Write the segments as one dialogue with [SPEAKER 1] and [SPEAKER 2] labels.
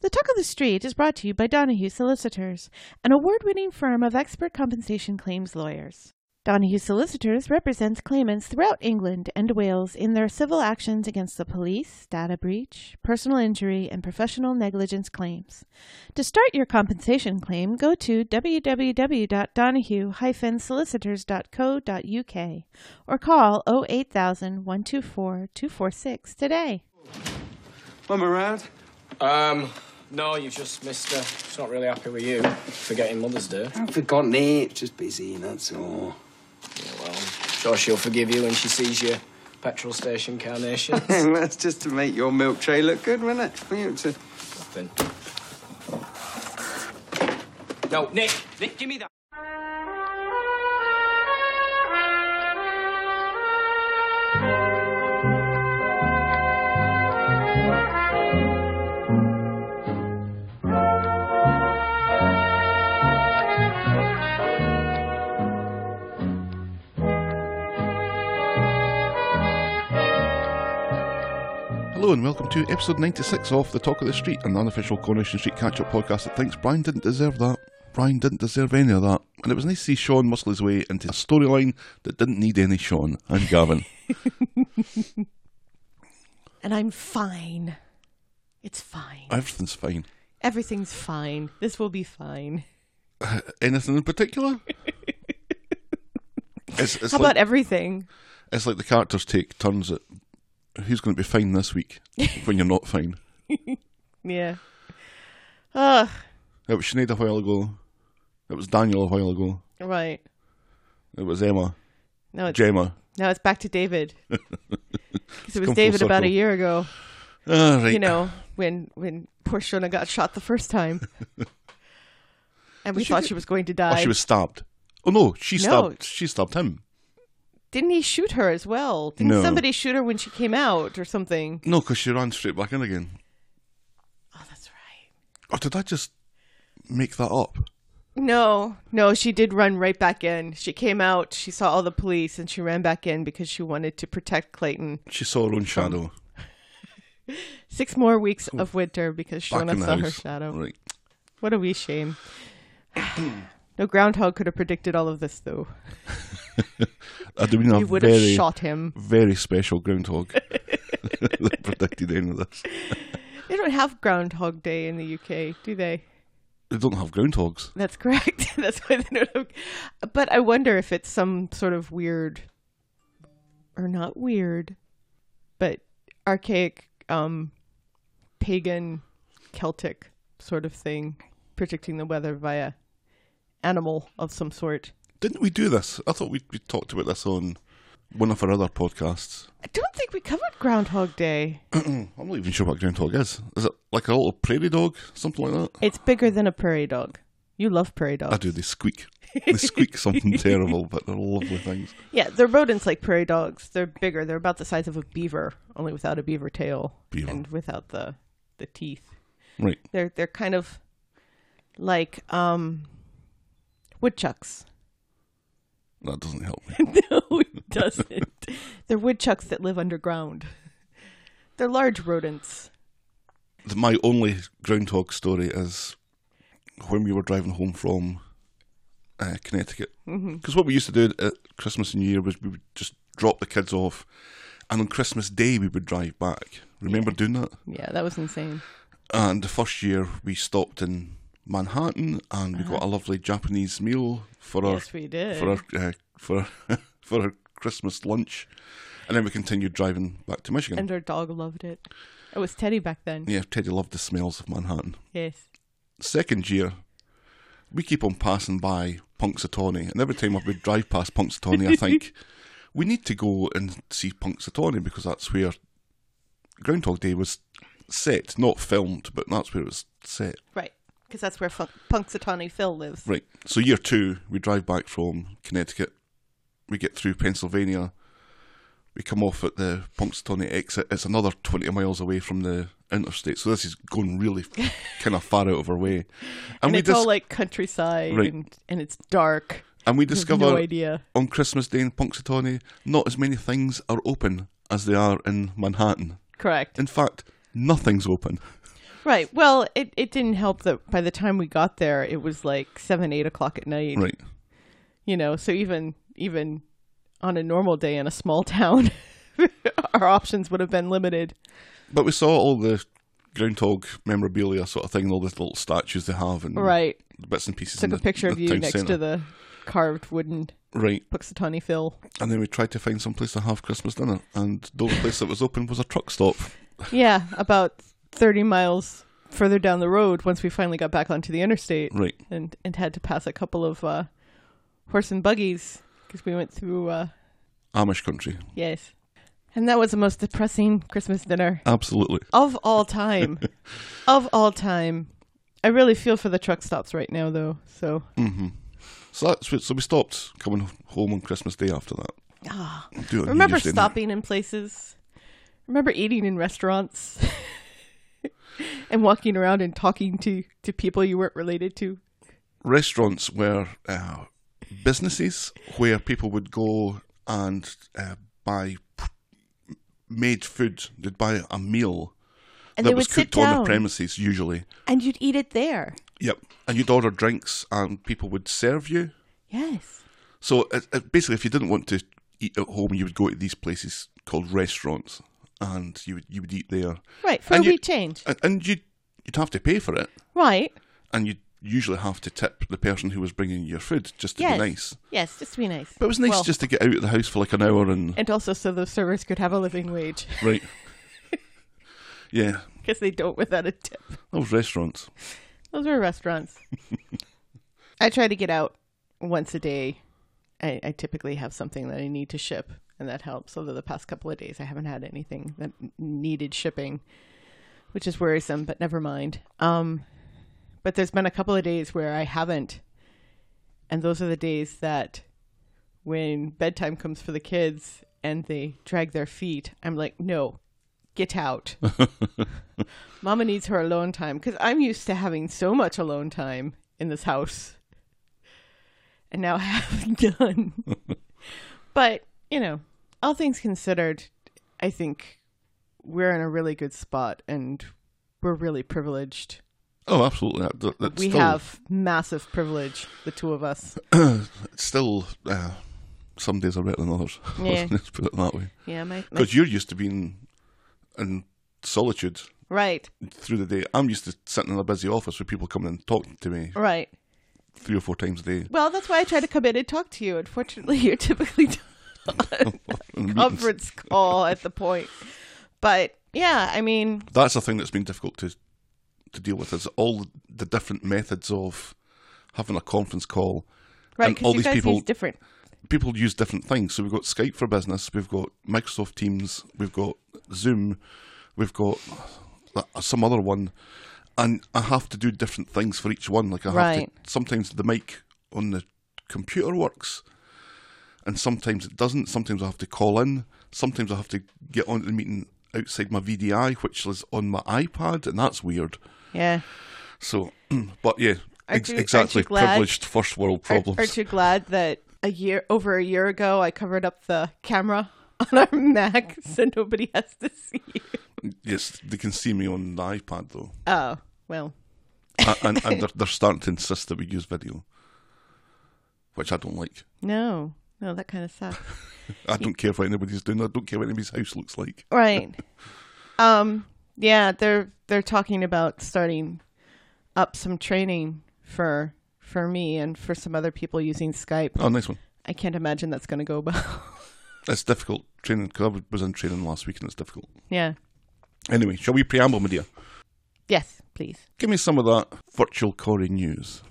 [SPEAKER 1] The Talk of the Street is brought to you by Donahue Solicitors, an award winning firm of expert compensation claims lawyers. Donahue Solicitors represents claimants throughout England and Wales in their civil actions against the police, data breach, personal injury, and professional negligence claims. To start your compensation claim, go to www.donahue-solicitors.co.uk or call 08000 124 246 today.
[SPEAKER 2] I'm around.
[SPEAKER 3] Um, no, you've just missed. Uh, she's not really happy with you for getting Mother's Day.
[SPEAKER 2] I've forgotten it. Just busy, that's all.
[SPEAKER 3] Yeah, well, I'm sure she'll forgive you when she sees your petrol station carnations.
[SPEAKER 2] that's just to make your milk tray look good, wasn't it? For you to...
[SPEAKER 3] Nothing. No, Nick, Nick, give me that.
[SPEAKER 4] Hello and welcome to episode 96 of The Talk of the Street, an unofficial Coronation Street catch up podcast that thinks Brian didn't deserve that. Brian didn't deserve any of that. And it was nice to see Sean muscle his way into a storyline that didn't need any Sean. I'm Gavin.
[SPEAKER 1] And I'm fine. It's fine.
[SPEAKER 4] Everything's fine.
[SPEAKER 1] Everything's fine. This will be fine.
[SPEAKER 4] Anything in particular? It's, it's,
[SPEAKER 1] How
[SPEAKER 4] like,
[SPEAKER 1] about everything?
[SPEAKER 4] it's like the characters take turns at who's going to be fine this week when you're not fine.
[SPEAKER 1] Yeah. Ugh.
[SPEAKER 4] It was Sinead a while ago. It was Daniel a while ago.
[SPEAKER 1] Right.
[SPEAKER 4] It was Emma.
[SPEAKER 1] No, it's
[SPEAKER 4] Gemma.
[SPEAKER 1] now it's back to David. Because it was
[SPEAKER 4] come full
[SPEAKER 1] David about a
[SPEAKER 4] circle.
[SPEAKER 1] year ago.
[SPEAKER 4] Ah, right.
[SPEAKER 1] You know when when poor Shona got shot the first time, and we
[SPEAKER 4] she
[SPEAKER 1] thought
[SPEAKER 4] get-
[SPEAKER 1] she was going to
[SPEAKER 4] Oh,
[SPEAKER 1] die.
[SPEAKER 4] she was stabbed. Oh no, she
[SPEAKER 1] No.
[SPEAKER 4] stabbed. She stabbed him.
[SPEAKER 1] Didn't he shoot her as well? Didn't
[SPEAKER 4] No.
[SPEAKER 1] somebody shoot her when she came out or something?
[SPEAKER 4] No, because she ran straight back in again.
[SPEAKER 1] Oh, that's right.
[SPEAKER 4] Or did I just make that up?
[SPEAKER 1] No, no, she did run right back in. She came out. She saw all the police, and she ran back in because she wanted to protect Clayton.
[SPEAKER 4] She saw her own shadow
[SPEAKER 1] Six more weeks of winter because
[SPEAKER 4] back in
[SPEAKER 1] Shona
[SPEAKER 4] the
[SPEAKER 1] saw
[SPEAKER 4] house.
[SPEAKER 1] her shadow.
[SPEAKER 4] Right.
[SPEAKER 1] What a wee shame. no groundhog could have predicted all of this, though.
[SPEAKER 4] I'd have been
[SPEAKER 1] He
[SPEAKER 4] a
[SPEAKER 1] would have
[SPEAKER 4] very,
[SPEAKER 1] shot him.
[SPEAKER 4] very special groundhog that predicted any of this.
[SPEAKER 1] They don't have Groundhog Day in the UK, do they?
[SPEAKER 4] They don't have groundhogs.
[SPEAKER 1] That's correct. That's why they don't. Have... But I wonder if it's some sort of weird, or not weird, but archaic, um, pagan, Celtic sort of thing, predicting the weather via animal of some sort.
[SPEAKER 4] Didn't we do this? I thought we we talked about this on one of our other podcasts.
[SPEAKER 1] I don't think we covered Groundhog Day.
[SPEAKER 4] I'm not even sure what groundhog is. Is it like a little prairie dog, something like that?
[SPEAKER 1] It's bigger than a prairie dog. You love prairie dogs.
[SPEAKER 4] I do. They squeak. They squeak something terrible, but they're lovely things.
[SPEAKER 1] Yeah, they're rodents like prairie dogs. They're bigger. They're about the size of a beaver, only without a beaver tail
[SPEAKER 4] Beaver.
[SPEAKER 1] and without the the teeth.
[SPEAKER 4] Right.
[SPEAKER 1] They're they're kind of like um woodchucks.
[SPEAKER 4] That doesn't help me.
[SPEAKER 1] no, it doesn't. they're woodchucks that live underground. They're large rodents.
[SPEAKER 4] th- my only groundhog story is when we were driving home from uh, Connecticut. Because
[SPEAKER 1] Mm-hmm.
[SPEAKER 4] what we used to do at Christmas and New Year was we would just drop the kids off, and on Christmas Day we would drive back. Remember doing that?
[SPEAKER 1] Yeah, that was insane.
[SPEAKER 4] And the first year we stopped in Manhattan, and we got a lovely Japanese meal for our
[SPEAKER 1] Uh-huh. Yes, we did.
[SPEAKER 4] for our uh, for our, for our Christmas lunch, and then we continued driving back to Michigan.
[SPEAKER 1] And our dog loved it. It was Teddy back then.
[SPEAKER 4] yeah, Teddy loved the smells of Manhattan.
[SPEAKER 1] Yes.
[SPEAKER 4] second year, we keep on passing by Punxsutawney, and every time I would drive past Punxsutawney, I think we need to go and see Punxsutawney because that's where Groundhog Day was set, not filmed, but that's where it was set.
[SPEAKER 1] Right. Because that's where Fun- Punxsutawney Phil lives.
[SPEAKER 4] Right. So year two, we drive back from Connecticut, we get through Pennsylvania, we come off at the Punxsutawney exit. It's another twenty miles away from the interstate, so this is going really kind of far out of our way. And,
[SPEAKER 1] and
[SPEAKER 4] we
[SPEAKER 1] it's
[SPEAKER 4] just
[SPEAKER 1] all like countryside
[SPEAKER 4] Right.
[SPEAKER 1] and, and it's dark.
[SPEAKER 4] and we
[SPEAKER 1] You have
[SPEAKER 4] discover
[SPEAKER 1] no idea.
[SPEAKER 4] on Christmas Day in Punxsutawney, not as many things are open as they are in Manhattan.
[SPEAKER 1] Correct.
[SPEAKER 4] In fact, nothing's open.
[SPEAKER 1] Right. Well, it, it didn't help that by the time we got there, it was like seven, eight o'clock at night.
[SPEAKER 4] Right.
[SPEAKER 1] You know, so even even on a normal day in a small town, our options would have been limited.
[SPEAKER 4] But we saw all the groundhog memorabilia sort of thing, and all the little statues they have, and
[SPEAKER 1] Right.
[SPEAKER 4] the bits and pieces.
[SPEAKER 1] Took
[SPEAKER 4] in
[SPEAKER 1] a
[SPEAKER 4] the-
[SPEAKER 1] picture
[SPEAKER 4] the
[SPEAKER 1] of you
[SPEAKER 4] town
[SPEAKER 1] next
[SPEAKER 4] centre.
[SPEAKER 1] to the carved wooden
[SPEAKER 4] right,
[SPEAKER 1] Puxatawny Phil.
[SPEAKER 4] and then we tried to find some place to have Christmas dinner, and the only place that was open was a truck stop.
[SPEAKER 1] Yeah, about thirty miles further down the road. Once we finally got back onto the interstate,
[SPEAKER 4] Right,
[SPEAKER 1] and and had to pass a couple of uh, horse and buggies because we went through. Uh,
[SPEAKER 4] Amish country,
[SPEAKER 1] yes, and that was the most depressing Christmas dinner
[SPEAKER 4] absolutely.
[SPEAKER 1] of all time, of all time. I really feel for the truck stops right now, though. So
[SPEAKER 4] Mm-hmm. So that's what- so we stopped coming home on Christmas Day after that. Do it on New
[SPEAKER 1] Ah. remember
[SPEAKER 4] Year's Day night.
[SPEAKER 1] stopping in places. Remember eating in restaurants. And walking around and talking to, to people you weren't related to.
[SPEAKER 4] Restaurants were uh, businesses where people would go and uh, buy p- made food. They'd buy a meal
[SPEAKER 5] And
[SPEAKER 4] that
[SPEAKER 5] they
[SPEAKER 4] was
[SPEAKER 5] would sit
[SPEAKER 4] cooked on the
[SPEAKER 5] down
[SPEAKER 4] premises usually.
[SPEAKER 5] and you'd eat it there.
[SPEAKER 4] Yep, and you'd order drinks, and people would serve you.
[SPEAKER 5] Yes.
[SPEAKER 4] So it, it, basically, if you didn't want to eat at home, you would go to these places called restaurants, and you would you would eat there,
[SPEAKER 1] Right, for
[SPEAKER 4] And
[SPEAKER 1] a
[SPEAKER 4] you- Uh,
[SPEAKER 1] wee change.
[SPEAKER 4] and, and you'd you'd have to pay for it,
[SPEAKER 1] Right.
[SPEAKER 4] and you'd usually have to tip the person who was bringing your food just to
[SPEAKER 5] Yes.
[SPEAKER 4] be nice.
[SPEAKER 5] Yes, just to be nice.
[SPEAKER 4] But it was nice
[SPEAKER 1] Well-
[SPEAKER 4] just to get out of the house for like an hour and
[SPEAKER 1] And also so the servers could have a living wage
[SPEAKER 4] right. yeah,
[SPEAKER 1] because they don't without a tip.
[SPEAKER 4] those restaurants.
[SPEAKER 1] Those were restaurants. I try to get out once a day. I, I typically have something that I need to ship, and that helps. Although the past couple of days I haven't had anything that needed shipping, which is worrisome, but never mind. Um, but there's been a couple of days where I haven't, and those are the days that when bedtime comes for the kids and they drag their feet, I'm like, no, get out. Mama needs her alone time because I'm used to having so much alone time in this house, and now I have none. but you know, all things considered, I think we're in a really good spot, and we're really privileged.
[SPEAKER 4] Oh, absolutely. That, that- that's
[SPEAKER 1] we
[SPEAKER 4] still,
[SPEAKER 1] have massive privilege, the two of us.
[SPEAKER 4] still. Uh, some days are better than others.
[SPEAKER 1] Yeah.
[SPEAKER 4] Let's put it that way.
[SPEAKER 1] Yeah, my, my
[SPEAKER 4] Because you're used to being in solitude
[SPEAKER 1] right,
[SPEAKER 4] through the day. I'm used to sitting in a busy office with people coming and talking to me
[SPEAKER 1] right.
[SPEAKER 4] three or four times a day.
[SPEAKER 1] Well, that's why I try to come in and talk to you. Unfortunately, you're typically conference call at the point. But yeah, I mean,
[SPEAKER 4] That's a thing that's been difficult to to deal with is all the different methods of having a conference call.
[SPEAKER 1] right?
[SPEAKER 4] And
[SPEAKER 1] Because
[SPEAKER 4] all
[SPEAKER 1] you
[SPEAKER 4] these
[SPEAKER 1] guys
[SPEAKER 4] people-
[SPEAKER 1] use different.
[SPEAKER 4] People use different things. So we've got Skype for business, we've got Microsoft Teams, we've got Zoom, we've got uh, some other one, and I have to do different things for each one. Like I have
[SPEAKER 1] Right.
[SPEAKER 4] to sometimes the mic on the computer works, and sometimes it doesn't. Sometimes I have to call in. Sometimes I have to get onto the meeting outside my VDI, which is on my iPad, and that's weird.
[SPEAKER 1] Yeah.
[SPEAKER 4] So, but yeah,
[SPEAKER 1] Aren't
[SPEAKER 4] ex-
[SPEAKER 1] you- aren't
[SPEAKER 4] exactly.
[SPEAKER 1] you glad?
[SPEAKER 4] Privileged first world
[SPEAKER 1] Are-
[SPEAKER 4] problems.
[SPEAKER 1] Aren't you glad that a year over a year ago I covered up the camera on our Mac so nobody has to see you?
[SPEAKER 4] yes, they can see me on the iPad though,
[SPEAKER 1] Oh well,
[SPEAKER 4] A- and, and they're, they're starting to insist that we use video, which I don't like.
[SPEAKER 1] no, no, that kind of sucks.
[SPEAKER 4] I don't care what anybody's doing. I don't care what anybody's house looks like.
[SPEAKER 1] Right. um yeah, they're they're talking about starting up some training for for me and for some other people using Skype.
[SPEAKER 4] Oh, nice one.
[SPEAKER 1] I can't imagine that's going to go well.
[SPEAKER 4] It's difficult training because I was in training last week and it's difficult.
[SPEAKER 1] yeah.
[SPEAKER 4] Anyway, shall we preamble, my dear?
[SPEAKER 1] Yes, please.
[SPEAKER 4] Give me some of that virtual Corey news.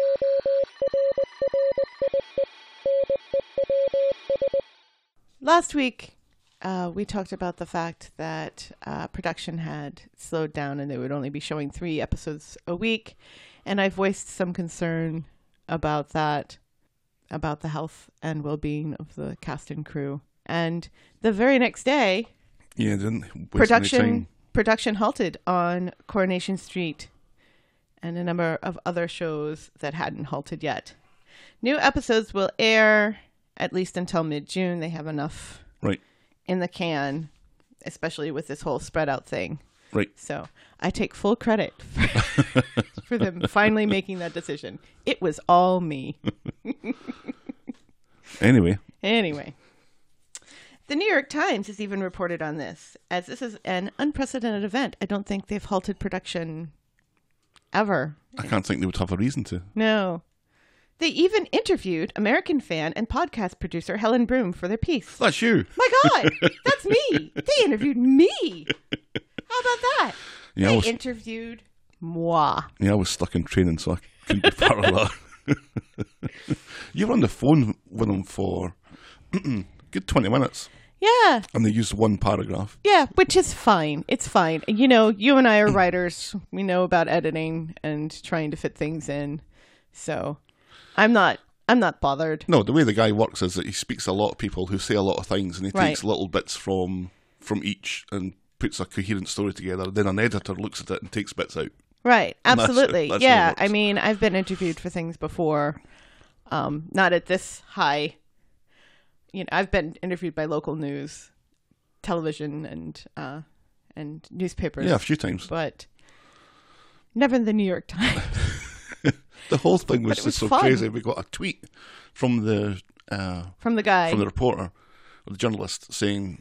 [SPEAKER 1] Last week, uh, we talked about the fact that uh, production had slowed down and they would only be showing three episodes a week, and I voiced some concern about that, about the health and well-being of the cast and crew. And the very next day,
[SPEAKER 4] Yeah, didn't waste any
[SPEAKER 1] production
[SPEAKER 4] time.
[SPEAKER 1] production halted on Coronation Street and a number of other shows that hadn't halted yet. New episodes will air at least until mid-June. They have enough
[SPEAKER 4] Right.
[SPEAKER 1] in the can, especially with this whole spread out thing.
[SPEAKER 4] Right.
[SPEAKER 1] So I take full credit for, for them finally making that decision. It was all me.
[SPEAKER 4] Anyway,
[SPEAKER 1] Anyway, the New York Times has even reported on this as this is an unprecedented event. I don't think they've halted production ever.
[SPEAKER 4] I can't think they would have a reason to.
[SPEAKER 1] No. They even interviewed American fan and podcast producer Helen Broom for their piece.
[SPEAKER 4] That's you.
[SPEAKER 1] My God, that's me. They interviewed me. How about that?
[SPEAKER 4] Yeah, I
[SPEAKER 1] they
[SPEAKER 4] was,
[SPEAKER 1] interviewed moi.
[SPEAKER 4] yeah, I was stuck in training, so I couldn't be part of that. you were on the phone with them for good 20 minutes,
[SPEAKER 1] Yeah,
[SPEAKER 4] and they used one paragraph.
[SPEAKER 1] yeah, which is fine. It's fine. You know, you and I are writers. We know about editing and trying to fit things in. So, I'm not. I'm not bothered.
[SPEAKER 4] No, the way the guy works is that he speaks to a lot of people who say a lot of things, and he
[SPEAKER 1] Right.
[SPEAKER 4] takes little bits from from each and puts a coherent story together. Then an editor looks at it and takes bits out.
[SPEAKER 1] Right.
[SPEAKER 4] that's-
[SPEAKER 1] Absolutely.
[SPEAKER 4] that's how it
[SPEAKER 1] yeah.
[SPEAKER 4] works.
[SPEAKER 1] I mean, I've been interviewed for things before. Um, not at this high. You know, I've been interviewed by local news, television, and uh, and newspapers.
[SPEAKER 4] Yeah, a few times.
[SPEAKER 1] but never in the New York Times.
[SPEAKER 4] The whole thing was,
[SPEAKER 1] it was
[SPEAKER 4] just so
[SPEAKER 1] fun.
[SPEAKER 4] crazy. We got a tweet from the uh,
[SPEAKER 1] From the guy.
[SPEAKER 4] from the reporter, or the journalist, saying,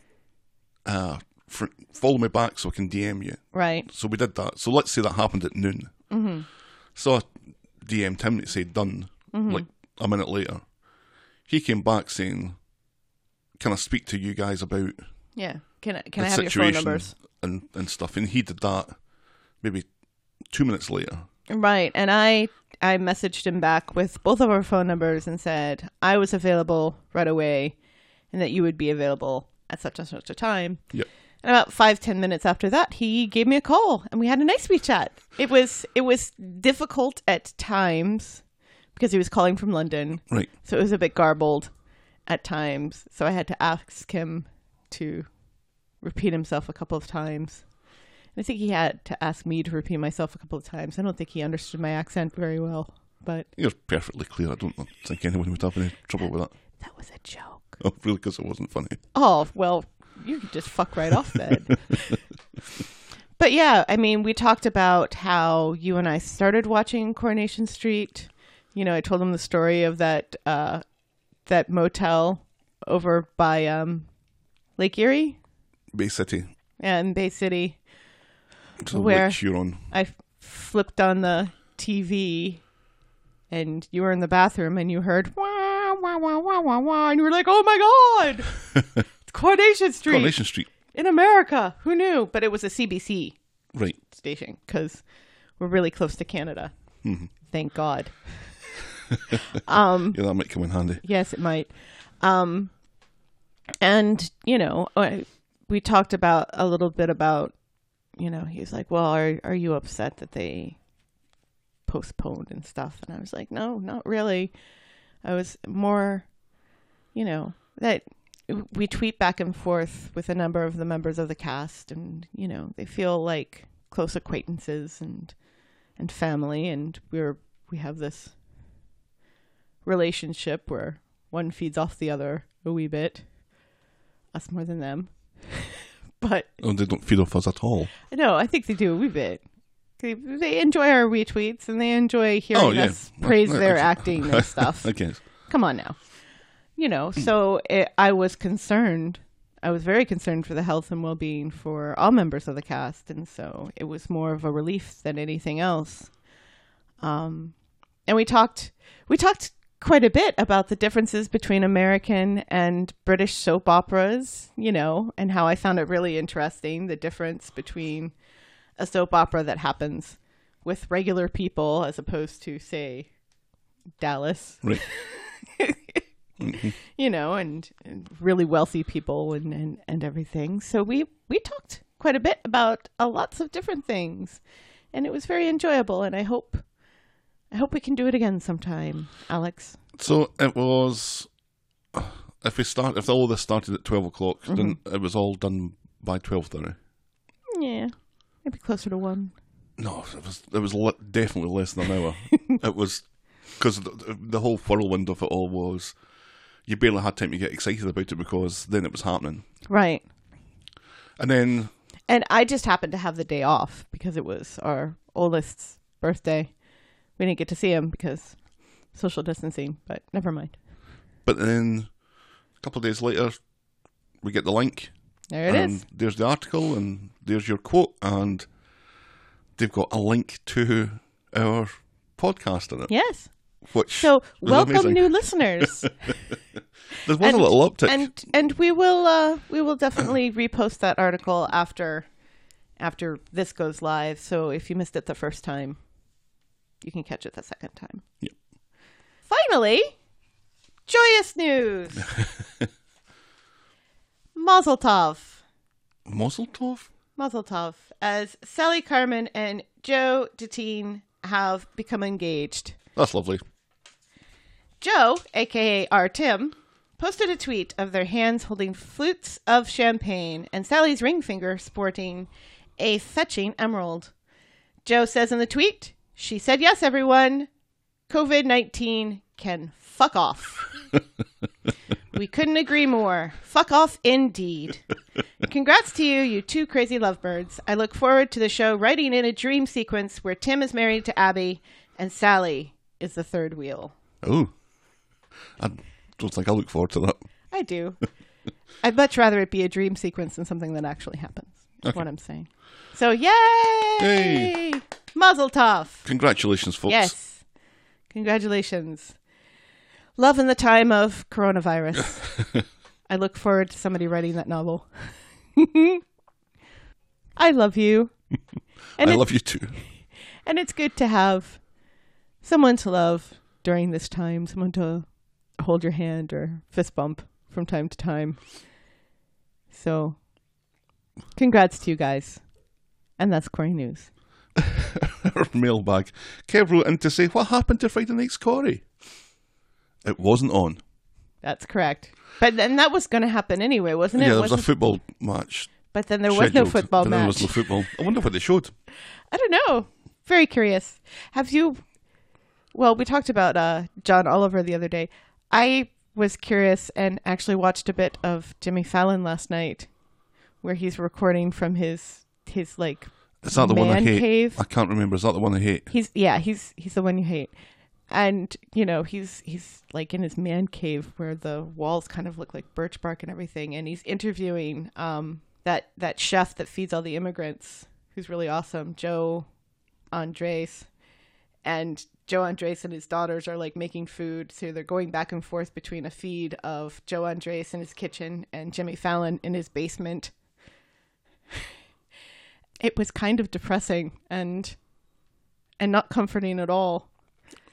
[SPEAKER 4] uh, fr "Follow me back so I can DM you."
[SPEAKER 1] right.
[SPEAKER 4] So we did that. So let's say that happened at noon. Mm-hmm. So I DM'd him to say done,
[SPEAKER 1] Mm-hmm.
[SPEAKER 4] like a minute later. He came back saying, Can I speak to you guys about
[SPEAKER 1] Yeah. Can I can
[SPEAKER 4] the
[SPEAKER 1] I have your
[SPEAKER 4] situation
[SPEAKER 1] phone numbers?
[SPEAKER 4] And, and stuff? And he did that maybe two minutes later.
[SPEAKER 1] Right. And I I messaged him back with both of our phone numbers and said I was available right away, and that you would be available at such and such a time.
[SPEAKER 4] Yep.
[SPEAKER 1] And about five ten minutes after that, he gave me a call, and we had a nice wee chat. It was it was difficult at times because he was calling from London,
[SPEAKER 4] Right.
[SPEAKER 1] so it was a bit garbled at times. So I had to ask him to repeat himself a couple of times. I think he had to ask me to repeat myself a couple of times. I don't think he understood my accent very well, but
[SPEAKER 4] You're perfectly clear. I don't think anyone would have any trouble with that.
[SPEAKER 1] that was a joke.
[SPEAKER 4] Oh, really, because it wasn't funny.
[SPEAKER 1] Oh, well, you could just fuck right off then. but yeah, I mean, we talked about how you and I started watching Coronation Street. You know, I told him the story of that uh, that motel over by um, Lake Erie
[SPEAKER 4] Bay City.
[SPEAKER 1] and Bay City.
[SPEAKER 4] So the
[SPEAKER 1] Where?
[SPEAKER 4] Lake Huron.
[SPEAKER 1] I f- flipped on the TV and you were in the bathroom and you heard wah, wah, wah, wah, wah, wah, and you were like, oh my God, it's Coronation Street
[SPEAKER 4] Coronation Street.
[SPEAKER 1] in America. Who knew? But it was a CBC
[SPEAKER 4] Right.
[SPEAKER 1] station because we're really close to Canada. Thank God. Mm-hmm.
[SPEAKER 4] Yeah, that might come in handy.
[SPEAKER 1] Yes, it might. Um, and you know, I, we talked about a little bit about, you know, he was like, "Well, are are you upset that they postponed and stuff?" And I was like, "No, not really. I was more, you know, that we tweet back and forth with a number of the members of the cast, and you know, they feel like close acquaintances and and family, and we're we have this." relationship where one feeds off the other a wee bit. Us more than them. but
[SPEAKER 4] Oh, they don't feed off us at all.
[SPEAKER 1] no, I think they do a wee bit. They, they enjoy our retweets and they enjoy hearing
[SPEAKER 4] Oh, yeah.
[SPEAKER 1] us praise
[SPEAKER 4] I- I-
[SPEAKER 1] their
[SPEAKER 4] I-
[SPEAKER 1] acting and stuff.
[SPEAKER 4] I guess.
[SPEAKER 1] Come on now. You know, so it, I was concerned. I was very concerned for the health and well being for all members of the cast. And so it was more of a relief than anything else. Um, and we talked, we talked quite a bit about the differences between American and British soap operas, you know, and how I found it really interesting the difference between a soap opera that happens with regular people as opposed to, say, Dallas
[SPEAKER 4] Right.
[SPEAKER 1] you know, and, and really wealthy people and, and, and everything. So we, we talked quite a bit about uh, lots of different things, and it was very enjoyable. And I hope, I hope we can do it again sometime, Alex.
[SPEAKER 4] So it was. If we start, if all this started at twelve o'clock, then
[SPEAKER 1] Mm-hmm.
[SPEAKER 4] it was all done by twelve thirty.
[SPEAKER 1] Yeah, maybe closer to one.
[SPEAKER 4] No, it was it was le- definitely less than an hour. it was because the, the whole whirlwind of it all was you barely had time to get excited about it because then it was happening,
[SPEAKER 1] Right.
[SPEAKER 4] and then
[SPEAKER 1] And I just happened to have the day off because it was our oldest's birthday. We didn't get to see him because social distancing, but never mind.
[SPEAKER 4] But then a couple of days later, we get the link.
[SPEAKER 1] There it is.
[SPEAKER 4] and There's the article, and there's your quote, and they've got a link to our podcast in it.
[SPEAKER 1] Yes.
[SPEAKER 4] Which
[SPEAKER 1] So,
[SPEAKER 4] was
[SPEAKER 1] welcome
[SPEAKER 4] amazing.
[SPEAKER 1] new listeners.
[SPEAKER 4] There was a little uptick.
[SPEAKER 1] and and we will uh, we will definitely repost that article after after this goes live. So if you missed it the first time, you can catch it the second time.
[SPEAKER 4] Yep.
[SPEAKER 1] Finally, joyous news. Mazel tov.
[SPEAKER 4] Mazel Tov?
[SPEAKER 1] Mazel tov, as Sally Carmen and Joe Deteen have become engaged.
[SPEAKER 4] That's lovely.
[SPEAKER 1] Joe, aka R. Tim, posted a tweet of their hands holding flutes of champagne and Sally's ring finger sporting a fetching emerald. Joe says in the tweet, She said yes, everyone. COVID 19 can fuck off. we couldn't agree more. Fuck off indeed. Congrats to you, you two crazy lovebirds. I look forward to the show writing in a dream sequence where Tim is married to Abby and Sally is the third wheel.
[SPEAKER 4] Oh. I don't think I look forward to that.
[SPEAKER 1] I do. I'd much rather it be a dream sequence than something that actually happens. That's what I'm saying. So yay!
[SPEAKER 4] Yay.
[SPEAKER 1] Muzzle tough.
[SPEAKER 4] Congratulations, folks.
[SPEAKER 1] Yes. Congratulations. Love in the time of coronavirus. I look forward to somebody writing that novel. I love you. And
[SPEAKER 4] I
[SPEAKER 1] it-
[SPEAKER 4] love you too.
[SPEAKER 1] and it's good to have someone to love during this time, someone to hold your hand or fist bump from time to time. So, congrats to you guys. And that's Corey News.
[SPEAKER 4] Our mailbag. Kev wrote in to say, What happened to Friday Night's Corey? It wasn't on.
[SPEAKER 1] That's correct. But then that was going to happen anyway, wasn't it?
[SPEAKER 4] yeah, there was a
[SPEAKER 1] Wasn't-
[SPEAKER 4] football match.
[SPEAKER 1] but then there was no
[SPEAKER 4] scheduled,
[SPEAKER 1] football
[SPEAKER 4] and
[SPEAKER 1] match.
[SPEAKER 4] There was no football. I wonder what they showed.
[SPEAKER 1] I don't know. Very curious. Have you? Well, we talked about uh, John Oliver the other day. I was curious and actually watched a bit of Jimmy Fallon last night, where he's recording from his his like
[SPEAKER 4] Is that the one I
[SPEAKER 1] Man
[SPEAKER 4] hate?
[SPEAKER 1] cave?
[SPEAKER 4] I can't remember. Is that the one I hate?
[SPEAKER 1] he's yeah he's he's the one you hate, and you know he's he's like in his man cave where the walls kind of look like birch bark and everything, and he's interviewing um that that chef that feeds all the immigrants who's really awesome, Joe Andres. and Joe Andres and his daughters are like making food, so they're going back and forth between a feed of Joe Andres in his kitchen and Jimmy Fallon in his basement. It was kind of depressing and and not comforting at all.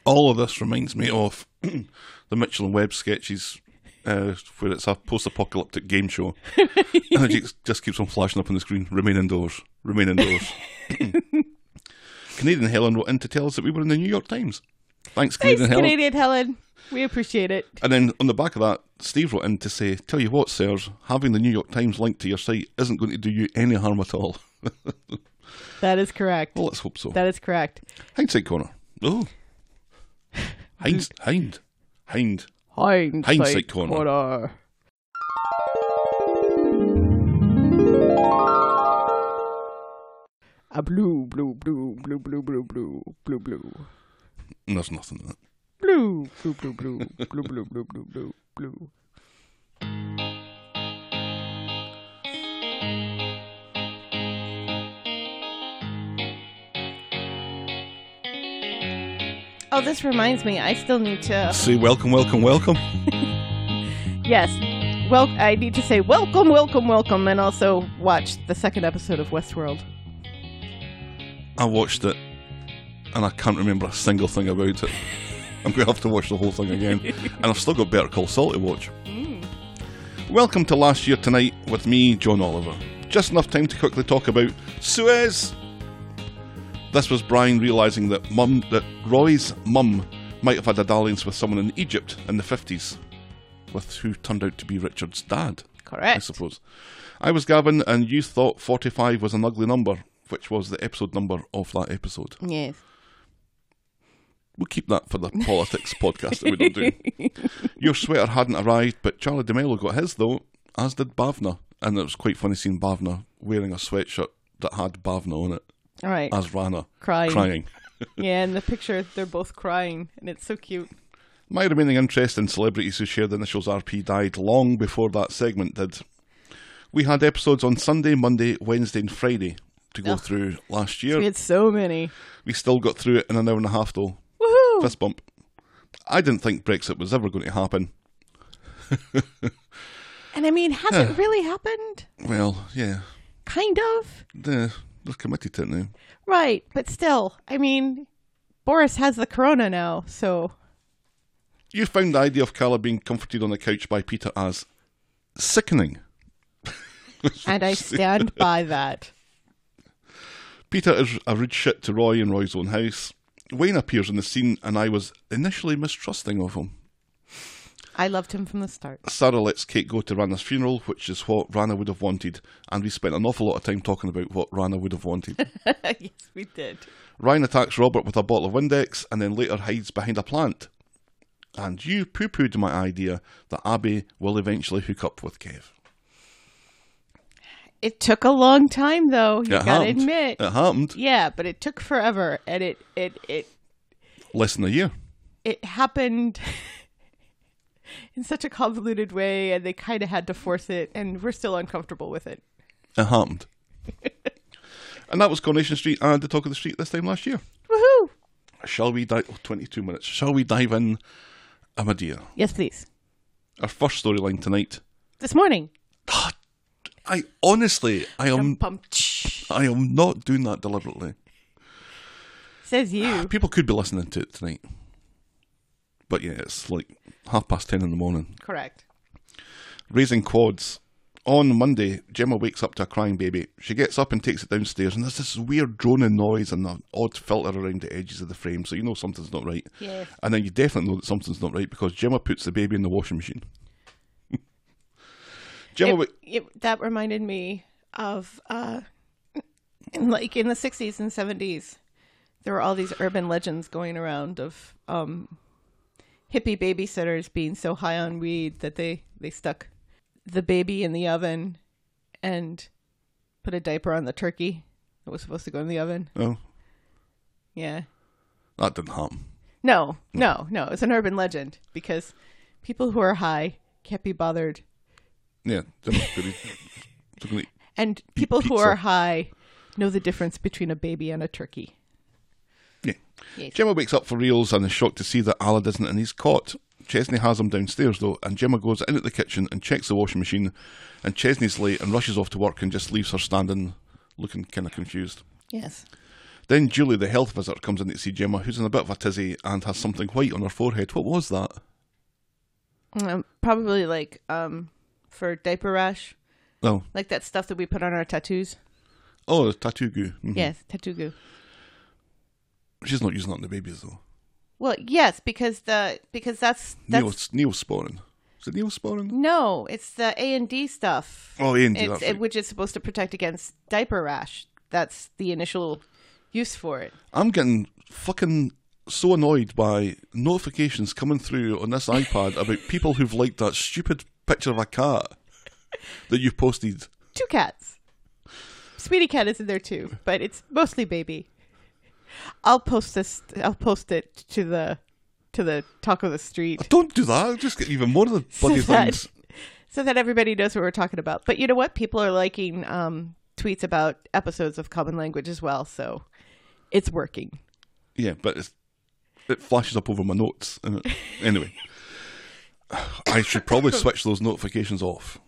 [SPEAKER 4] All of this reminds me of the Mitchell and Webb sketches, uh, where it's a post-apocalyptic game show, and it just- just keeps on flashing up on the screen. Remain indoors. Remain indoors. Canadian Helen wrote in to tell us that we were in the New York Times. Thanks,
[SPEAKER 1] Thanks,
[SPEAKER 4] Canadian Helen.
[SPEAKER 1] Canadian Helen. We appreciate it.
[SPEAKER 4] And then on the back of that, Steve wrote in to say, "Tell you what, sirs, having the New York Times linked to your site isn't going to do you any harm at all."
[SPEAKER 1] That is correct.
[SPEAKER 4] Well, let's hope so.
[SPEAKER 1] That is correct.
[SPEAKER 4] Hindsight corner. Oh. Hind, hind, hind.
[SPEAKER 1] Hindsight,
[SPEAKER 4] Hindsight corner.
[SPEAKER 1] corner. A blue, blue, blue, blue, blue, blue, blue, blue, blue.
[SPEAKER 4] And there's nothing in it.
[SPEAKER 1] Blue, blue, blue, blue, blue, blue, blue, blue, blue, blue. Oh, this reminds me. I still need to.
[SPEAKER 4] Say welcome, welcome, welcome.
[SPEAKER 1] Yes. Well, I need to say welcome, welcome, welcome, and also watch the second episode of Westworld.
[SPEAKER 4] I watched it and I can't remember a single thing about it. I'm going to have to watch the whole thing again. and I've still got Better Call Saul to watch. Welcome to Last Year Tonight with me, John Oliver. Just enough time to quickly talk about Suez. This was Brian realising that mum, that Roy's mum might have had a dalliance with someone in Egypt in the 50s, with who turned out to be Richard's dad. I
[SPEAKER 1] Correct.
[SPEAKER 4] suppose. I was Gavin, and you thought 45 was an ugly number, which was the episode number of that episode.
[SPEAKER 1] Yes.
[SPEAKER 4] We'll keep that for the politics podcast that we don't do. Your sweater hadn't arrived, but Charlie DeMello got his, though, as did Bavna. and it was quite funny seeing Bavna wearing a sweatshirt that had Bavna on it
[SPEAKER 1] All right.
[SPEAKER 4] as Rana
[SPEAKER 1] Crying.
[SPEAKER 4] crying.
[SPEAKER 1] Yeah, in the picture, they're both crying, and it's so cute.
[SPEAKER 4] My remaining interest in celebrities who share the initials RP died long before that segment did. We had episodes on Sunday, Monday, Wednesday, and Friday to go through last year.
[SPEAKER 1] We had so many.
[SPEAKER 4] We still got through it in an hour and a half, though.
[SPEAKER 1] Woohoo!
[SPEAKER 4] Fist bump. I didn't think Brexit was ever going to happen.
[SPEAKER 1] and I mean, has it really happened?
[SPEAKER 4] Well, yeah,
[SPEAKER 1] Kind of.
[SPEAKER 4] they're, they're committed to it now.
[SPEAKER 1] Right, but still, I mean, Boris has the corona now, so
[SPEAKER 4] You found the idea of Carla being comforted on the couch by Peter as sickening.
[SPEAKER 1] and I stand by that.
[SPEAKER 4] Peter is a rude shit to Roy in Roy's own house. Wayne appears on the scene, and I was initially mistrusting of him.
[SPEAKER 1] I loved him from the start.
[SPEAKER 4] Sarah lets Kate go to Rana's funeral, which is what Rana would have wanted, and we spent an awful lot of time talking about what Rana would have wanted.
[SPEAKER 1] yes, we did.
[SPEAKER 4] Ryan attacks Robert with a bottle of Windex and then later hides behind a plant. And you poo pooed my idea that Abby will eventually hook up with Kev.
[SPEAKER 1] It took a long time though, you
[SPEAKER 4] it
[SPEAKER 1] got to
[SPEAKER 4] happened.
[SPEAKER 1] admit.
[SPEAKER 4] It happened.
[SPEAKER 1] um, Yeah, but it took forever and it it it
[SPEAKER 4] Less than a year.
[SPEAKER 1] it happened in such a convoluted way and they kind of had to force it and we're still uncomfortable with it.
[SPEAKER 4] It happened. and that was Coronation Street and the Talk of the Street this time last year.
[SPEAKER 1] Woohoo!
[SPEAKER 4] Shall we dive? Oh, 22 minutes. Shall we dive in, Amadeus?
[SPEAKER 1] Yes, please.
[SPEAKER 4] Our first storyline tonight.
[SPEAKER 1] This morning.
[SPEAKER 4] I honestly, I am,
[SPEAKER 1] Pum, tsh,
[SPEAKER 4] I am not doing that deliberately.
[SPEAKER 1] says you.
[SPEAKER 4] People could be listening to it tonight. But yeah, it's like half past ten in the morning.
[SPEAKER 1] Correct.
[SPEAKER 4] Raising quads. On Monday, Gemma wakes up to a crying baby. She gets up and takes it downstairs, and there's this weird droning noise and an odd filter around the edges of the frame, so you know something's not right.
[SPEAKER 1] Yes.
[SPEAKER 4] And then you definitely know that something's not right because Gemma puts the baby in the washing machine. Gemma,
[SPEAKER 1] it,
[SPEAKER 4] wa-
[SPEAKER 1] it- that reminded me of uh like in the 60s and 70s there were all these urban legends going around of um hippie babysitters being so high on weed that they they stuck the baby in the oven and put a diaper on the turkey that was supposed to go in the oven
[SPEAKER 4] oh,
[SPEAKER 1] yeah
[SPEAKER 4] that didn't happen.
[SPEAKER 1] no no no it's an urban legend because people who are high can't be bothered
[SPEAKER 4] Yeah, Gemma's baby. took an-
[SPEAKER 1] And people who
[SPEAKER 4] pizza.
[SPEAKER 1] are high know the difference between a baby and a turkey.
[SPEAKER 4] Yeah.
[SPEAKER 1] Yes.
[SPEAKER 4] Gemma wakes up for reals and is shocked to see that Alad isn't in his cot. Chesney has him downstairs though, and Gemma goes into the kitchen and checks the washing machine, and Chesney's late and rushes off to work and just leaves her standing, looking kind of confused.
[SPEAKER 1] Yes.
[SPEAKER 4] Then Julie, the health visitor, comes in to see Gemma, who's in a bit of a tizzy and has something white on her forehead. What was that?
[SPEAKER 1] Um, probably like um, for diaper rash,
[SPEAKER 4] Oh,
[SPEAKER 1] like that stuff that we put on our tattoos.
[SPEAKER 4] oh, tattoo goo. Mhm.
[SPEAKER 1] Yes, tattoo goo.
[SPEAKER 4] She's not using that on the babies though.
[SPEAKER 1] Well, yes, because the because that's that's
[SPEAKER 4] Neo neosporin. Is it neosporin?
[SPEAKER 1] no, it's the A and D stuff.
[SPEAKER 4] Oh, A&D,
[SPEAKER 1] It's-
[SPEAKER 4] that's
[SPEAKER 1] it-
[SPEAKER 4] right.
[SPEAKER 1] which is supposed to protect against diaper rash. That's the initial use for it.
[SPEAKER 4] I'm getting fucking so annoyed by notifications coming through on this iPad about people who've liked that stupid picture of a cat that you posted.
[SPEAKER 1] two cats. Speedy Cat is in there too, but it's mostly baby. I'll post this. I'll post it to the to the talk of the street
[SPEAKER 4] Don't do that. I'll just get even more of the bloody
[SPEAKER 1] that-
[SPEAKER 4] things.
[SPEAKER 1] so that everybody knows what we're talking about. But you know what? People are liking um, tweets about episodes of Common Language as well, so it's working.
[SPEAKER 4] Yeah, but it's, it flashes up over my notes. And it, anyway, I should probably switch those notifications off.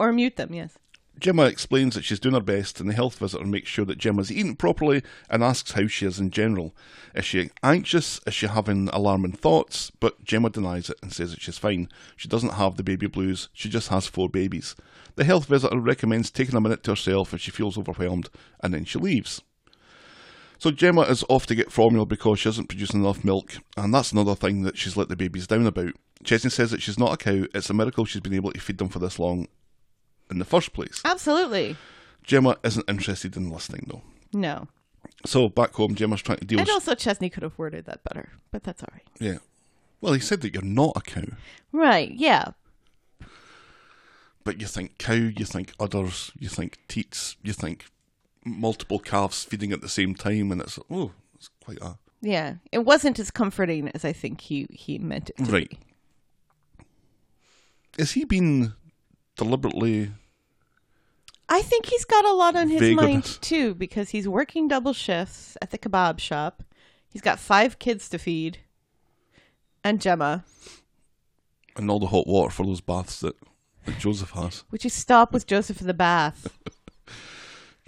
[SPEAKER 1] Or mute them. Yes.
[SPEAKER 4] Gemma explains that she's doing her best, and the health visitor makes sure that Gemma's eating properly and asks how she is in general. Is she anxious? Is she having alarming thoughts? But Gemma denies it and says that she's fine. She doesn't have the baby blues, she just has four babies. The health visitor recommends taking a minute to herself if she feels overwhelmed, and then she leaves. So Gemma is off to get formula because she isn't producing enough milk, and that's another thing that she's let the babies down about. Chesney says that she's not a cow, it's a miracle she's been able to feed them for this long in the first place.
[SPEAKER 1] Absolutely.
[SPEAKER 4] Gemma isn't interested in listening though.
[SPEAKER 1] No.
[SPEAKER 4] So back home, Gemma's trying to deal
[SPEAKER 1] And
[SPEAKER 4] with.
[SPEAKER 1] also, Chesney could have worded that better, but that's all right.
[SPEAKER 4] Yeah. Well, he said that you're not a cow,
[SPEAKER 1] Right. Yeah.
[SPEAKER 4] But you think cow, you think udders, you think teats, you think multiple calves feeding at the same time, and it's oh, it's quite a
[SPEAKER 1] Yeah, it wasn't as comforting as I think he he meant it to
[SPEAKER 4] right.
[SPEAKER 1] be.
[SPEAKER 4] Is he being deliberately?
[SPEAKER 1] I think he's got a lot on his
[SPEAKER 4] Vague
[SPEAKER 1] mind
[SPEAKER 4] about-
[SPEAKER 1] too because he's working double shifts at the kebab shop. He's got five kids to feed, and Gemma.
[SPEAKER 4] And all the hot water for those baths that, that Joseph has.
[SPEAKER 1] Would you stop with Joseph in the bath?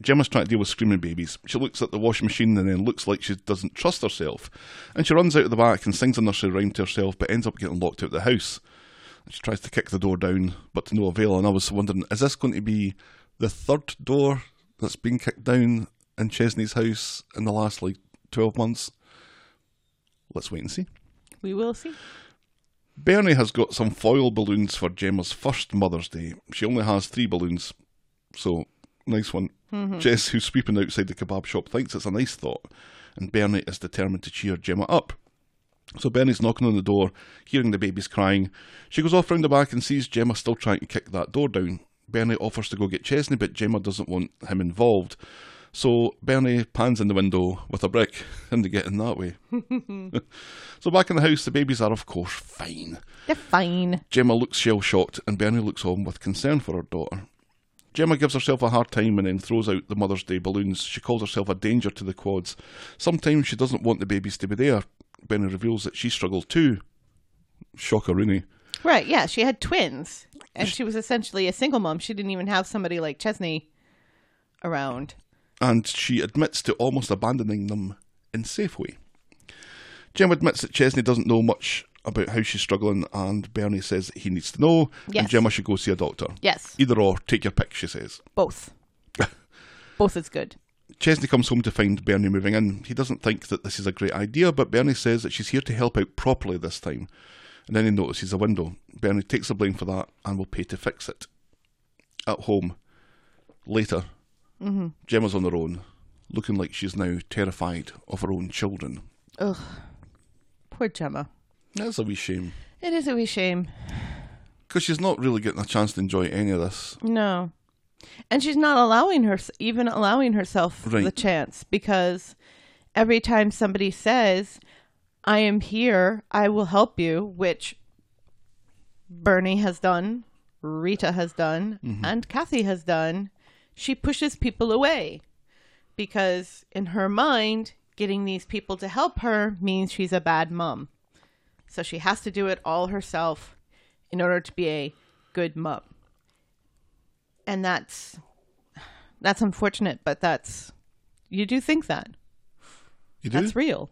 [SPEAKER 4] Gemma's trying to deal with screaming babies. She looks at the washing machine and then looks like she doesn't trust herself. And she runs out of the back and sings a nursery rhyme to herself, but ends up getting locked out of the house. And she tries to kick the door down, but to no avail. And I was wondering, is this going to be the third door that's been kicked down in Chesney's house in the last like 12 months? Let's wait and see.
[SPEAKER 1] We will see.
[SPEAKER 4] Bernie has got some foil balloons for Gemma's first Mother's Day. She only has three balloons, so nice one. Jess, who's sweeping outside the kebab shop, thinks it's a nice thought, and Bernie is determined to cheer Gemma up. So Bernie's knocking on the door, hearing the babies crying. She goes off round the back and sees Gemma still trying to kick that door down. Bernie offers to go get Chesney, but Gemma doesn't want him involved. So Bernie pans in the window with a brick, and they get in that way. so back in the house, the babies are, of course, fine.
[SPEAKER 1] They're fine.
[SPEAKER 4] Gemma looks shell shocked, and Bernie looks on with concern for her daughter. Gemma gives herself a hard time and then throws out the Mother's Day balloons. She calls herself a danger to the quads. Sometimes she doesn't want the babies to be there. Bernie reveals that she struggled too. Shockerini.
[SPEAKER 1] Right, yeah, she had twins and she was essentially a single mom. She didn't even have somebody like Chesney around.
[SPEAKER 4] and she admits to almost abandoning them in Safeway. Jim admits that Chesney doesn't know much about how she's struggling, and Bernie says that he needs to know, and
[SPEAKER 1] Yes.
[SPEAKER 4] Gemma should go see a doctor.
[SPEAKER 1] Yes.
[SPEAKER 4] Either or, take your pick, she says.
[SPEAKER 1] Both. Both is good.
[SPEAKER 4] Chesney comes home to find Bernie moving in. He doesn't think that this is a great idea, but Bernie says that she's here to help out properly this time. And then he notices a window. Bernie takes the blame for that and will pay to fix it. At home, later, Gemma's on her own, looking like she's now terrified of her own children.
[SPEAKER 1] Poor Gemma.
[SPEAKER 4] That's a wee shame,
[SPEAKER 1] It is a wee shame.
[SPEAKER 4] because she's not really getting a chance to enjoy any of this.
[SPEAKER 1] No. And she's not allowing her even allowing herself
[SPEAKER 4] Right.
[SPEAKER 1] the chance because every time somebody says, "I am here, I will help you," which Bernie has done, Rita has done, and Kathy has done, she pushes people away because in her mind, getting these people to help her means she's a bad mom. So she has to do it all herself in order to be a good mom and that's that's unfortunate but that's you do think that
[SPEAKER 4] You do?
[SPEAKER 1] that's real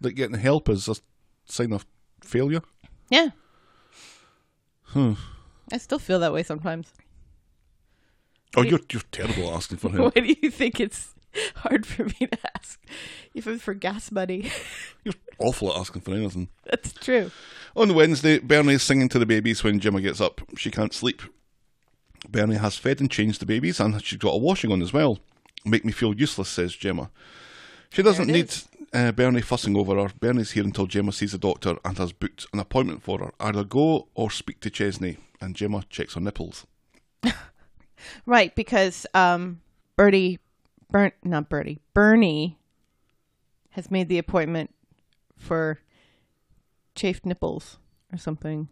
[SPEAKER 4] That getting help is a sign of failure.
[SPEAKER 1] yeah
[SPEAKER 4] Hmm.
[SPEAKER 1] i still feel that way sometimes
[SPEAKER 4] Oh, you're you're terrible at asking for
[SPEAKER 1] why
[SPEAKER 4] help.
[SPEAKER 1] do you think it's hard for me to ask if it's for gas money
[SPEAKER 4] You're awful at asking for anything.
[SPEAKER 1] that's true
[SPEAKER 4] On Wednesday, Bernie is singing to the babies when Gemma gets up. She can't sleep. Bernie has fed and changed the babies, and she's got a washing on as well. Make me feel useless, says Gemma. She doesn't
[SPEAKER 1] it
[SPEAKER 4] need uh, Bernie fussing over her. Bernie's here until Gemma sees a doctor and has booked an appointment for her. Either go or speak to Chesney, and Gemma checks her nipples.
[SPEAKER 1] right because um bertie burn not bertie bernie has made the appointment for chafed nipples or something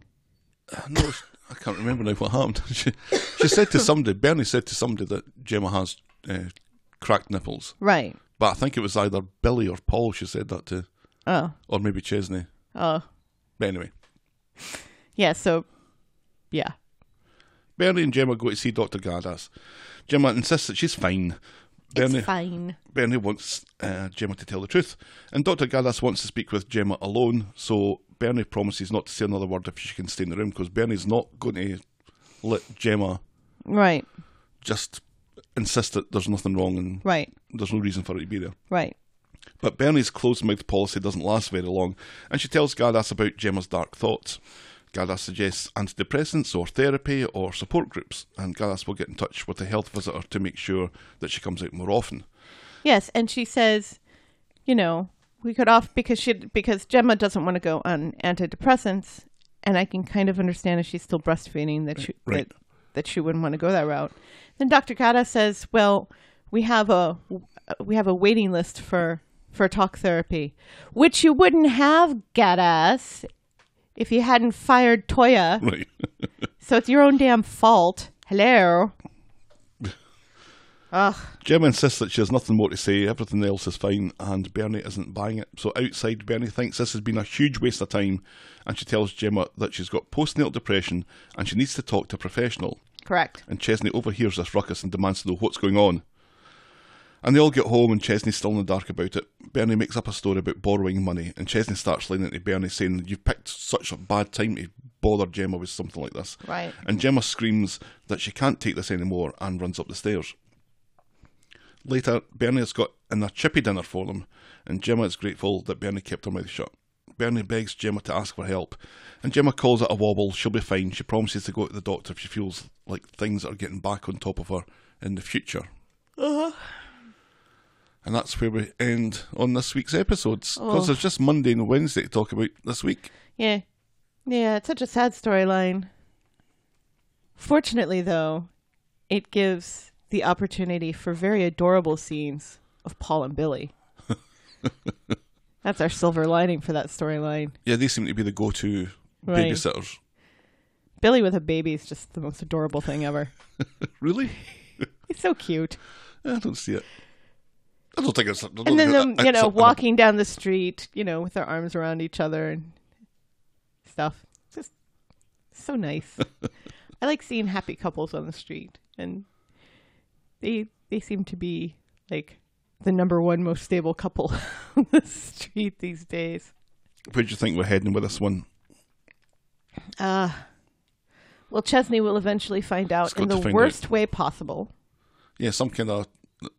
[SPEAKER 4] Uh, No, it's- I can't remember now what happened. she, she said to somebody, Bernie said to somebody that Gemma has uh, cracked nipples,
[SPEAKER 1] right
[SPEAKER 4] but I think it was either Billy or Paul she said that to,
[SPEAKER 1] oh
[SPEAKER 4] or maybe Chesney.
[SPEAKER 1] oh
[SPEAKER 4] But anyway,
[SPEAKER 1] yeah so yeah
[SPEAKER 4] Bernie and Gemma go to see Dr. Gardas. Gemma insists that she's fine. Bernie,
[SPEAKER 1] it's fine
[SPEAKER 4] Bernie wants uh, Gemma to tell the truth, and Dr. Gardas wants to speak with Gemma alone, so Bernie promises not to say another word if she can stay in the room because Bernie's not going to let Gemma
[SPEAKER 1] Right,
[SPEAKER 4] just insist that there's nothing wrong and
[SPEAKER 1] right,
[SPEAKER 4] there's no reason for her to be there.
[SPEAKER 1] right.
[SPEAKER 4] But Bernie's closed mouthed policy doesn't last very long, and she tells Gardas about Gemma's dark thoughts. Gardas suggests antidepressants or therapy or support groups, and Gardas will get in touch with a health visitor to make sure that she comes out more often.
[SPEAKER 1] Yes, and she says, you know, we could off because she because Gemma doesn't want to go on antidepressants, and I can kind of understand if she's still breastfeeding that she
[SPEAKER 4] Right.
[SPEAKER 1] that, that she wouldn't want to go that route. Then Dr. Kata says, "Well, we have a uh, we have a waiting list for for talk therapy, which you wouldn't have, Gadas, if you hadn't fired Toya.
[SPEAKER 4] Right.
[SPEAKER 1] So it's your own damn fault. Hello." Ugh.
[SPEAKER 4] Gemma insists that she has nothing more to say, everything else is fine, and Bernie isn't buying it. So outside, Bernie thinks this has been a huge waste of time, and she tells Gemma that she's got postnatal depression and she needs to talk to a professional.
[SPEAKER 1] Correct.
[SPEAKER 4] And Chesney overhears this ruckus and demands to know what's going on. And they all get home, and Chesney's still in the dark about it. Bernie makes up a story about borrowing money, and Chesney starts laying into Bernie, saying, You've picked such a bad time to bother Gemma with something like this.
[SPEAKER 1] Right.
[SPEAKER 4] And Gemma screams that she can't take this anymore and runs up the stairs. Later, Bernie has got in a chippy dinner for them, and Gemma is grateful that Bernie kept her mouth shut. Bernie begs Gemma to ask for help, and Gemma calls it a wobble. She'll be fine. She promises to go to the doctor if she feels like things are getting back on top of her in the future. Uh-huh. And that's where we end on this week's episodes,
[SPEAKER 1] Oh.
[SPEAKER 4] because there's just Monday and Wednesday to talk about this week.
[SPEAKER 1] Yeah. Yeah, it's such a sad storyline. Fortunately, though, it gives the opportunity for very adorable scenes of Paul and Billy. That's our silver lining for that storyline.
[SPEAKER 4] Yeah, they seem to be the go-to
[SPEAKER 1] Right.
[SPEAKER 4] babysitters.
[SPEAKER 1] Billy with a baby is just the most adorable thing ever.
[SPEAKER 4] Really?
[SPEAKER 1] He's so cute.
[SPEAKER 4] I don't see it. I don't think it's. I don't
[SPEAKER 1] And then
[SPEAKER 4] think
[SPEAKER 1] them,
[SPEAKER 4] that-
[SPEAKER 1] you know,
[SPEAKER 4] it's-
[SPEAKER 1] walking down the street, you know, with their arms around each other and stuff. It's just so nice. I like seeing happy couples on the street, and they they seem to be like the number one most stable couple on the street these days.
[SPEAKER 4] Where do you think we're heading with this one?
[SPEAKER 1] Well, Chesney will eventually find out
[SPEAKER 4] got
[SPEAKER 1] in
[SPEAKER 4] to
[SPEAKER 1] the
[SPEAKER 4] find out.
[SPEAKER 1] worst way possible.
[SPEAKER 4] Yeah, some kind of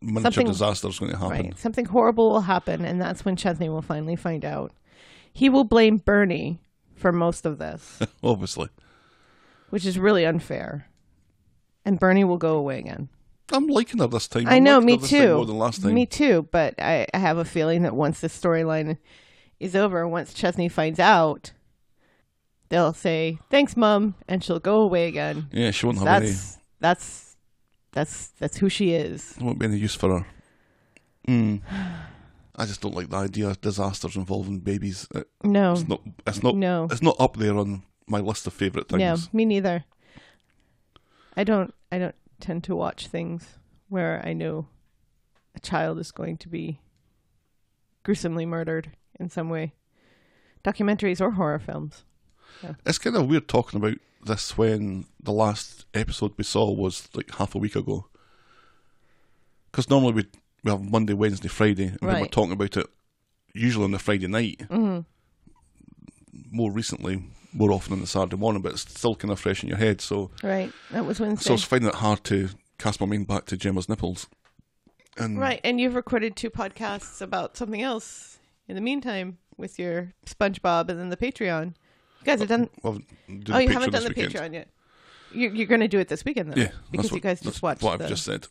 [SPEAKER 4] miniature
[SPEAKER 1] Something-
[SPEAKER 4] disaster is going to happen.
[SPEAKER 1] Right. Something horrible will happen, and that's when Chesney will finally find out. He will blame Bernie for most of this.
[SPEAKER 4] Obviously,
[SPEAKER 1] which is really unfair. And Bernie will go away again.
[SPEAKER 4] I'm liking her this time.
[SPEAKER 1] i
[SPEAKER 4] I'm
[SPEAKER 1] know,
[SPEAKER 4] liking
[SPEAKER 1] me
[SPEAKER 4] her this time
[SPEAKER 1] too.
[SPEAKER 4] More than last time.
[SPEAKER 1] Me too. But I, I have a feeling that once this storyline is over, once Chesney finds out, they'll say thanks, mum, and she'll go away again.
[SPEAKER 4] Yeah, she won't have any.
[SPEAKER 1] That's that's that's that's who she is.
[SPEAKER 4] There won't be any use for her. Mm. I just don't like the idea of disasters involving babies. It-
[SPEAKER 1] No,
[SPEAKER 4] It's not. It's not.
[SPEAKER 1] Oh. No.
[SPEAKER 4] It's not up there on my list of favourite things.
[SPEAKER 1] no, me neither. I don't. I don't tend to watch things where I know a child is going to be gruesomely murdered in some way. Documentaries or horror films.
[SPEAKER 4] It's kind of weird talking about this when the last episode we saw was like half a week ago. Because normally we we have Monday, Wednesday, Friday, and then we're
[SPEAKER 1] Right.
[SPEAKER 4] talking about it usually on the Friday night. Mm-hmm.
[SPEAKER 1] Mm-hmm.
[SPEAKER 4] More recently, more often on the Saturday morning, but it's still kind of fresh in your head. So,
[SPEAKER 1] Right. That was
[SPEAKER 4] so I
[SPEAKER 1] Wednesday.
[SPEAKER 4] was finding it hard to cast my mind back to Gemma's nipples. And
[SPEAKER 1] right. And you've recorded two podcasts about something else in the meantime with your SpongeBob and then the Patreon. You guys have done.
[SPEAKER 4] well, do
[SPEAKER 1] oh, you
[SPEAKER 4] picture
[SPEAKER 1] haven't done
[SPEAKER 4] this
[SPEAKER 1] the
[SPEAKER 4] weekend.
[SPEAKER 1] Patreon yet. You, you're going to do it this weekend, though.
[SPEAKER 4] Yeah, that's
[SPEAKER 1] Because
[SPEAKER 4] what-
[SPEAKER 1] you guys just
[SPEAKER 4] that's
[SPEAKER 1] watched
[SPEAKER 4] what
[SPEAKER 1] the
[SPEAKER 4] I've just said.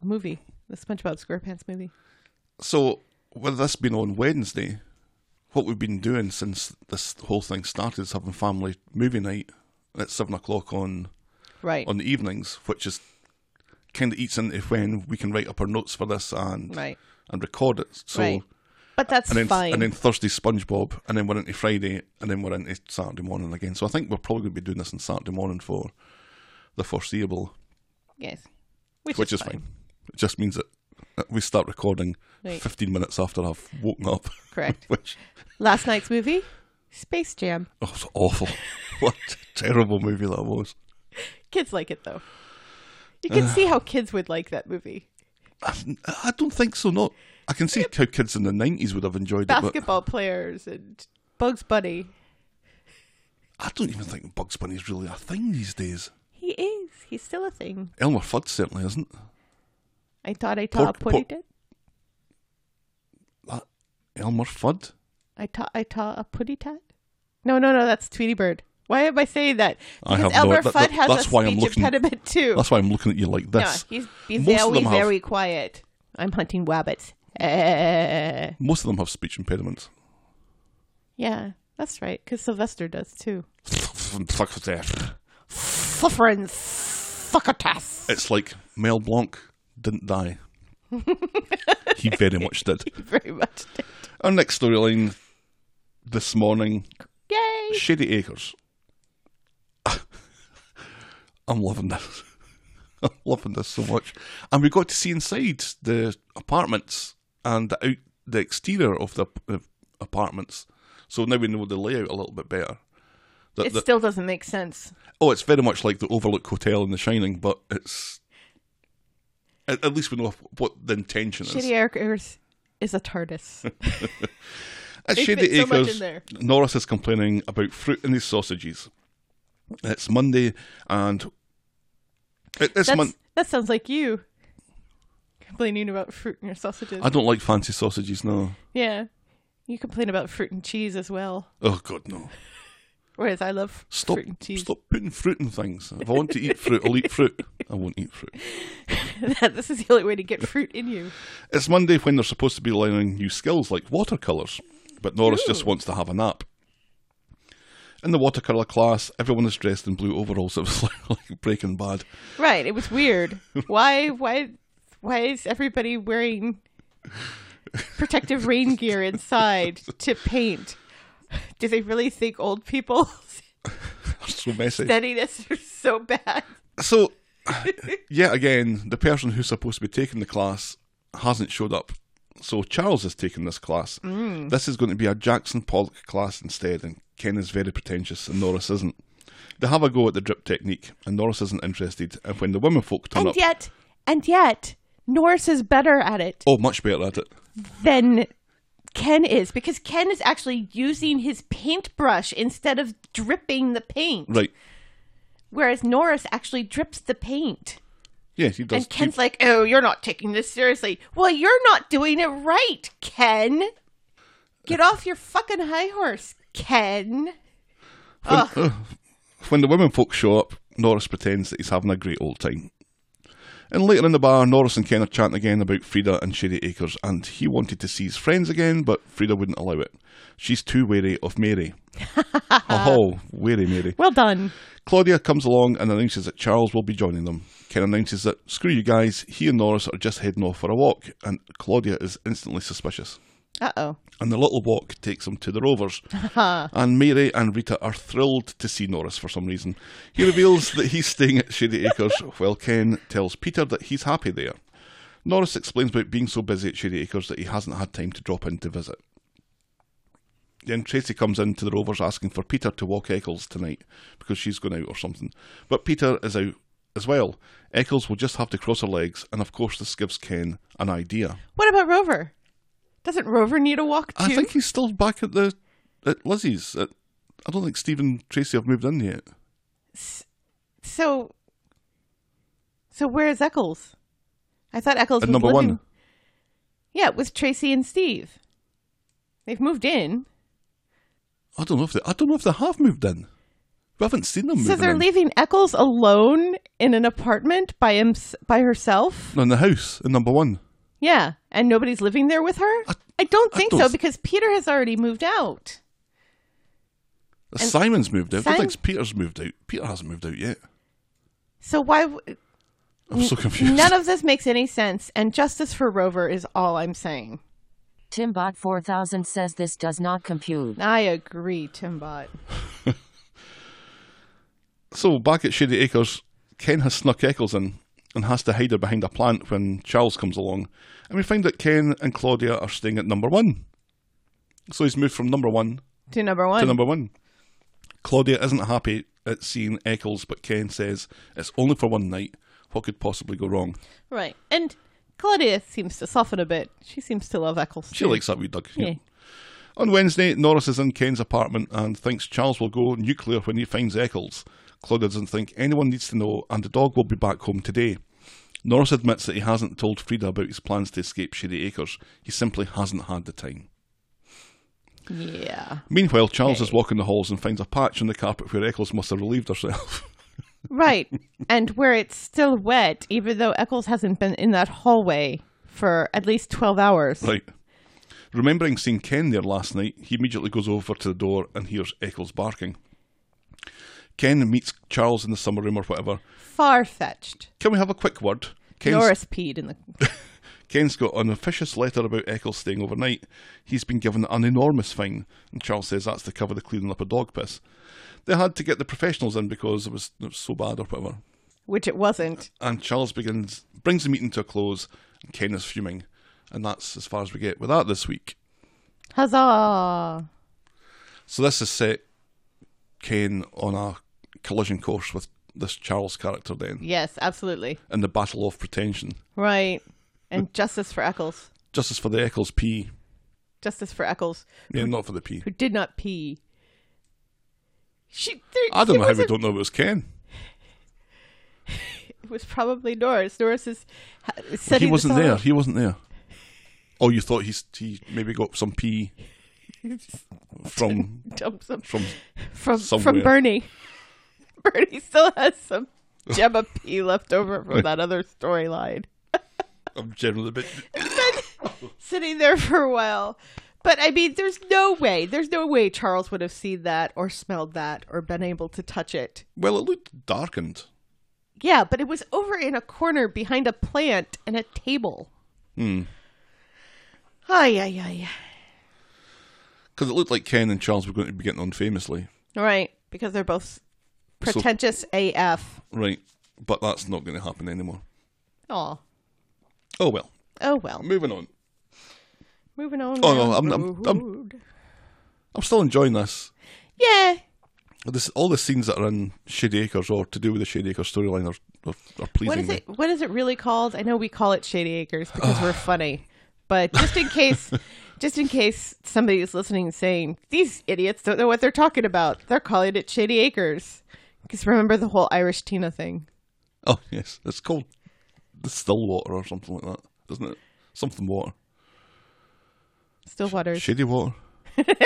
[SPEAKER 1] movie, the SpongeBob SquarePants movie.
[SPEAKER 4] So, with this being on Wednesday, what we've been doing since this whole thing started is having family movie night at seven o'clock on
[SPEAKER 1] Right.
[SPEAKER 4] on the evenings, which is kind of eats into when we can write up our notes for this and
[SPEAKER 1] Right.
[SPEAKER 4] and record it. So.
[SPEAKER 1] right. But that's
[SPEAKER 4] And then,
[SPEAKER 1] fine.
[SPEAKER 4] and then Thursday SpongeBob, and then we're into Friday, and then we're into Saturday morning again. So I think we're probably going to be doing this on Saturday morning for the foreseeable,
[SPEAKER 1] yes.
[SPEAKER 4] which, is fine. It just means that that we start recording
[SPEAKER 1] Right.
[SPEAKER 4] 15 minutes after I've woken up.
[SPEAKER 1] Correct.
[SPEAKER 4] which
[SPEAKER 1] Last night's movie, Space Jam.
[SPEAKER 4] Oh, it's awful. what a terrible movie that was.
[SPEAKER 1] Kids like it though. You can see how kids would like that movie.
[SPEAKER 4] I, I don't think so, not. I can see how kids in the 90s would have enjoyed it,
[SPEAKER 1] Basketball players and Bugs Bunny.
[SPEAKER 4] but I don't even think Bugs Bunny's really a thing these days.
[SPEAKER 1] He is. He's still a thing.
[SPEAKER 4] Elmer Fudd certainly isn't.
[SPEAKER 1] I thought I
[SPEAKER 4] Por-
[SPEAKER 1] taught a pudding.
[SPEAKER 4] That Elmer Fudd?
[SPEAKER 1] I taught I taught a putty tat. No, no, no. That's Tweety Bird. Why am I saying that?
[SPEAKER 4] I
[SPEAKER 1] Because
[SPEAKER 4] have no-
[SPEAKER 1] Elmer
[SPEAKER 4] that-
[SPEAKER 1] Fudd
[SPEAKER 4] that-
[SPEAKER 1] has
[SPEAKER 4] that's
[SPEAKER 1] a
[SPEAKER 4] why I'm
[SPEAKER 1] speech
[SPEAKER 4] looking-
[SPEAKER 1] impediment too.
[SPEAKER 4] That's why I'm looking at you like
[SPEAKER 1] No,
[SPEAKER 4] this.
[SPEAKER 1] he's he's
[SPEAKER 4] Most of
[SPEAKER 1] very
[SPEAKER 4] them have-
[SPEAKER 1] very quiet. I'm hunting rabbits. Eh.
[SPEAKER 4] Most of them have speech impediments.
[SPEAKER 1] Yeah. That's right, because Sylvester does too.
[SPEAKER 4] Fuck with that.
[SPEAKER 1] Suffering succotash.
[SPEAKER 4] It's like Mel Blanc didn't die. he very much did.
[SPEAKER 1] Very much. did.
[SPEAKER 4] Our next storyline this morning
[SPEAKER 1] Yay!
[SPEAKER 4] Shady Acres. I'm loving this. I'm loving this so much. And we got to see inside the apartments and the out the exterior of the ap- uh, apartments. So now we know the layout a little bit better. The-
[SPEAKER 1] It
[SPEAKER 4] the-
[SPEAKER 1] still doesn't make sense.
[SPEAKER 4] oh, it's very much like the Overlook Hotel in The Shining, but it's at, at least we know what the intention is.
[SPEAKER 1] Shitty Acres is a
[SPEAKER 4] Eh,
[SPEAKER 1] TARDIS.
[SPEAKER 4] At
[SPEAKER 1] They
[SPEAKER 4] Shady
[SPEAKER 1] fit so much
[SPEAKER 4] Acres,
[SPEAKER 1] in there.
[SPEAKER 4] Norris is complaining about fruit in his sausages. It's Monday, and it- it's
[SPEAKER 1] That's,
[SPEAKER 4] Mon-
[SPEAKER 1] That sounds like you complaining about fruit in your sausages.
[SPEAKER 4] I don't like fancy sausages, no.
[SPEAKER 1] yeah, you complain about fruit and cheese as well.
[SPEAKER 4] Oh God, no!
[SPEAKER 1] Whereas I love
[SPEAKER 4] Stop,
[SPEAKER 1] fruit and cheese.
[SPEAKER 4] stop putting fruit in things. If I want to eat fruit, I'll eat fruit. I won't eat fruit.
[SPEAKER 1] this is the only way to get fruit in you.
[SPEAKER 4] It's Monday when they're supposed to be learning new skills like watercolours, but Norris just wants to have a nap. In the watercolour class, everyone is dressed in blue overalls. It was like, like Breaking Bad.
[SPEAKER 1] Right. It was weird. why? Why? Why is everybody wearing protective rain gear inside to paint? Do they really think old people
[SPEAKER 4] It's so messy.
[SPEAKER 1] steadiness is so bad?
[SPEAKER 4] So, yet again, the person who's supposed to be taking the class hasn't showed up. So Charles is taking this class.
[SPEAKER 1] Mm.
[SPEAKER 4] This is going to be a Jackson Pollock class instead, and Ken is very pretentious, and Norris isn't. They have a go at the drip technique, and Norris isn't interested. And when the women folk turn
[SPEAKER 1] And
[SPEAKER 4] up,
[SPEAKER 1] yet, and yet, Norris is better at it
[SPEAKER 4] oh, much better at it.
[SPEAKER 1] than Ken is because Ken is actually using his paintbrush instead of dripping the paint,
[SPEAKER 4] Right?
[SPEAKER 1] whereas Norris actually drips the paint.
[SPEAKER 4] Yeah, he does.
[SPEAKER 1] And Ken's
[SPEAKER 4] keep-
[SPEAKER 1] like, "Oh, you're not taking this seriously. Well, you're not doing it right, Ken. Get
[SPEAKER 4] Uh.
[SPEAKER 1] off your fucking high horse, Ken." Ugh.
[SPEAKER 4] when the women folk show up, Norris pretends that he's having a great old time. And later in the bar, Norris and Ken are chatting again about Frida and Shady Acres, and he wanted to see his friends again, but Frida wouldn't allow it. She's too wary of Mary. oh, wary Mary.
[SPEAKER 1] Well done.
[SPEAKER 4] Claudia comes along and announces that Charles will be joining them. Ken announces that, screw you guys, he and Norris are just heading off for a walk, and Claudia is instantly suspicious.
[SPEAKER 1] Uh oh.
[SPEAKER 4] And the little walk takes them to the Rovers. and Mary and Rita are thrilled to see Norris for some reason. He reveals that he's staying at Shady Acres, while Ken tells Peter that he's happy there. Norris explains about being so busy at Shady Acres that he hasn't had time to drop in to visit. Then Tracy comes in to the Rovers asking for Peter to walk Eccles tonight because she's going out or something. But Peter is out as well. Eccles will just have to cross her legs, and of course, this gives Ken an idea.
[SPEAKER 1] What about Rover? Doesn't Rover need a walk too?
[SPEAKER 4] I think he's still back at the at Lizzie's. At, I don't think Steve and Tracy have moved in yet.
[SPEAKER 1] so. So where is Eccles? I thought Eccles
[SPEAKER 4] At
[SPEAKER 1] was
[SPEAKER 4] number
[SPEAKER 1] living-
[SPEAKER 4] one,
[SPEAKER 1] Yeah, with Tracy and Steve. They've moved in,
[SPEAKER 4] I don't know if they. I don't know if they have moved in. We haven't seen them.
[SPEAKER 1] so
[SPEAKER 4] moving
[SPEAKER 1] they're
[SPEAKER 4] in.
[SPEAKER 1] leaving Eccles alone in an apartment by him by herself.
[SPEAKER 4] No, in the house in number one.
[SPEAKER 1] Yeah, and nobody's living there with her? I, don't
[SPEAKER 4] I
[SPEAKER 1] think
[SPEAKER 4] don't
[SPEAKER 1] so
[SPEAKER 4] th-
[SPEAKER 1] because Peter has already moved out.
[SPEAKER 4] Simon's moved out. I
[SPEAKER 1] Simon-
[SPEAKER 4] don't think Peter's moved out. Peter hasn't moved out yet.
[SPEAKER 1] So why w-
[SPEAKER 4] I'm so confused.
[SPEAKER 1] none of this makes any sense and justice for Rover is all I'm saying.
[SPEAKER 6] Timbot4000 says this does not compute.
[SPEAKER 1] I agree, Timbot.
[SPEAKER 4] So back at Shady Acres, Ken has snuck Eccles in and has to hide her behind a plant when Charles comes along, and we find that Ken and Claudia are staying at number one. So he's moved from number one
[SPEAKER 1] To number 1.
[SPEAKER 4] to number one. Claudia isn't happy at seeing Eccles, but Ken says it's only for one night. What could possibly go wrong?
[SPEAKER 1] right. And Claudia seems to soften a bit. She seems to love Eccles.
[SPEAKER 4] She
[SPEAKER 1] too.
[SPEAKER 4] likes that wee dug.
[SPEAKER 1] Yeah.
[SPEAKER 4] On Wednesday, Norris is in Ken's apartment and thinks Charles will go nuclear when he finds Eccles. Claudia doesn't think anyone needs to know, and the dog will be back home today. Norris admits that he hasn't told Frida about his plans to escape Shady Acres. He simply hasn't had the time.
[SPEAKER 1] Yeah.
[SPEAKER 4] Meanwhile, Charles is walking the halls and finds a patch on the carpet where Eccles must have relieved herself.
[SPEAKER 1] Right. and where it's still wet even though Eccles hasn't been in that hallway for at least 12 hours.
[SPEAKER 4] right. Remembering seeing Ken there last night, he immediately goes over to the door and hears Eccles barking. Ken meets Charles in the summer room or whatever.
[SPEAKER 1] Far fetched.
[SPEAKER 4] Can we have a quick word? Ken's,
[SPEAKER 1] Norris peed in the.
[SPEAKER 4] Ken's got an officious letter about Eccles staying overnight. He's been given an enormous fine, and Charles says that's to cover the cleaning up of dog piss. They had to get the professionals in because it was, it was so bad or whatever.
[SPEAKER 1] Which it wasn't.
[SPEAKER 4] and Charles begins brings the meeting to a close, and Ken is fuming, and that's as far as we get with that this week.
[SPEAKER 1] Huzzah!
[SPEAKER 4] So this has set Ken on a collision course with this Charles character then,
[SPEAKER 1] Yes, absolutely.
[SPEAKER 4] in the battle of pretension.
[SPEAKER 1] Right. And justice for Eccles.
[SPEAKER 4] Justice for the Eccles P,
[SPEAKER 1] Justice for Eccles,
[SPEAKER 4] yeah, not for the P.
[SPEAKER 1] who did not pee. She. There,
[SPEAKER 4] I
[SPEAKER 1] there
[SPEAKER 4] don't know how we
[SPEAKER 1] wasn't-
[SPEAKER 4] don't know it was Ken.
[SPEAKER 1] It was probably Norris. Norris is ha-
[SPEAKER 4] Well,
[SPEAKER 1] setting
[SPEAKER 4] he
[SPEAKER 1] the
[SPEAKER 4] wasn't there.
[SPEAKER 1] tone.
[SPEAKER 4] He wasn't there. Oh, you thought he's, he maybe got some P from
[SPEAKER 1] Dump some-
[SPEAKER 4] from
[SPEAKER 1] from from
[SPEAKER 4] somewhere.
[SPEAKER 1] Bernie. Bernie still has some Gemma P left over from that other storyline.
[SPEAKER 4] I'm generally a bit
[SPEAKER 1] Sitting there for a while. But I mean, there's no way, there's no way Charles would have seen that or smelled that or been able to touch it.
[SPEAKER 4] well. It looked darkened.
[SPEAKER 1] Yeah, but it was over in a corner behind a plant and a table. Hmm. Ay, ay, ay.
[SPEAKER 4] because it looked like Ken and Charles were going to be getting on famously,
[SPEAKER 1] Right, because they're both pretentious AF.
[SPEAKER 4] right? But that's not going to happen anymore.
[SPEAKER 1] Oh,
[SPEAKER 4] Oh well,
[SPEAKER 1] oh well.
[SPEAKER 4] moving on.
[SPEAKER 1] Moving on.
[SPEAKER 4] Oh,
[SPEAKER 1] down
[SPEAKER 4] no, I'm-
[SPEAKER 1] the
[SPEAKER 4] I'm- I'm-
[SPEAKER 1] road.
[SPEAKER 4] I'm still enjoying this.
[SPEAKER 1] Yeah,
[SPEAKER 4] This all the scenes that are in Shady Acres or to do with the Shady Acres storyline are, are, are
[SPEAKER 1] What
[SPEAKER 4] pleasing
[SPEAKER 1] is
[SPEAKER 4] me.
[SPEAKER 1] it? What is it really called? I know we call it Shady Acres because we're funny, but just in case, just in case somebody is listening and saying these idiots don't know what they're talking about, they're calling it Shady Acres. Because remember the whole Irish Tina thing.
[SPEAKER 4] Oh yes, it's called the Stillwater or something like that, isn't it? Something water,
[SPEAKER 1] Stillwater's
[SPEAKER 4] Shady Water,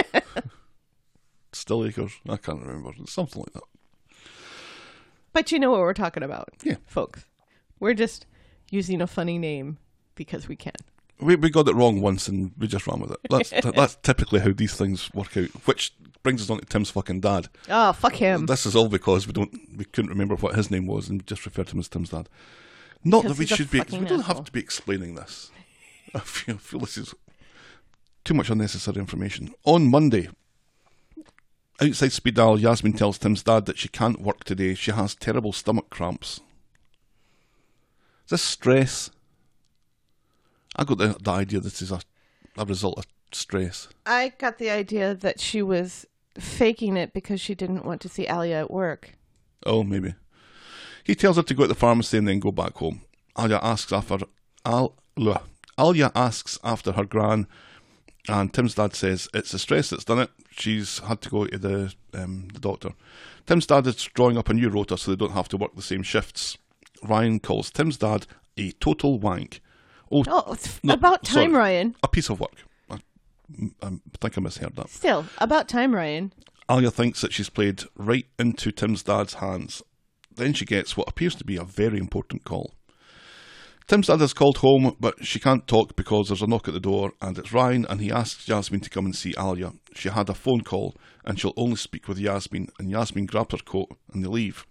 [SPEAKER 4] Still Acres. I can't remember. It's something like that.
[SPEAKER 1] But you know what we're talking about,
[SPEAKER 4] Yeah.
[SPEAKER 1] folks. We're just using a funny name because we can.
[SPEAKER 4] We we got it wrong once and we just ran with it. That's that's typically how these things work out. Which brings us on to Tim's fucking dad.
[SPEAKER 1] Oh, fuck him.
[SPEAKER 4] This is all because we don't we couldn't remember what his name was and just referred to him as Tim's dad. Not
[SPEAKER 1] Because
[SPEAKER 4] that we
[SPEAKER 1] he's a
[SPEAKER 4] should be.
[SPEAKER 1] fucking
[SPEAKER 4] We don't
[SPEAKER 1] asshole.
[SPEAKER 4] have to be explaining this. I feel, I feel this is too much unnecessary information. On Monday, outside speed dial, Yasmin tells Tim's dad that she can't work today. She has terrible stomach cramps. Is this stress? I got the, the idea this is a, a result of stress.
[SPEAKER 1] I got the idea that she was faking it because she didn't want to see Alia at work.
[SPEAKER 4] Oh, maybe. He tells her to go to the pharmacy and then go back home. Alia asks after Al, bleh. Alia asks after her gran, and Tim's dad says it's the stress that's done it. She's had to go to the um, the doctor. Tim's dad is drawing up a new rota so they don't have to work the same shifts. Ryan calls Tim's dad a total wank. Oh,
[SPEAKER 1] Oh, it's
[SPEAKER 4] no,
[SPEAKER 1] about time,
[SPEAKER 4] sorry,
[SPEAKER 1] Ryan.
[SPEAKER 4] A piece of work. I, I think I misheard that.
[SPEAKER 1] Still, about time, Ryan.
[SPEAKER 4] Alia thinks that she's played right into Tim's dad's hands. Then she gets what appears to be a very important call. Tim's dad is called home, but she can't talk because there's a knock at the door, and it's Ryan, and he asks Yasmin to come and see Alia. She had a phone call, and she'll only speak with Yasmin, and Yasmin grabs her coat, and they leave.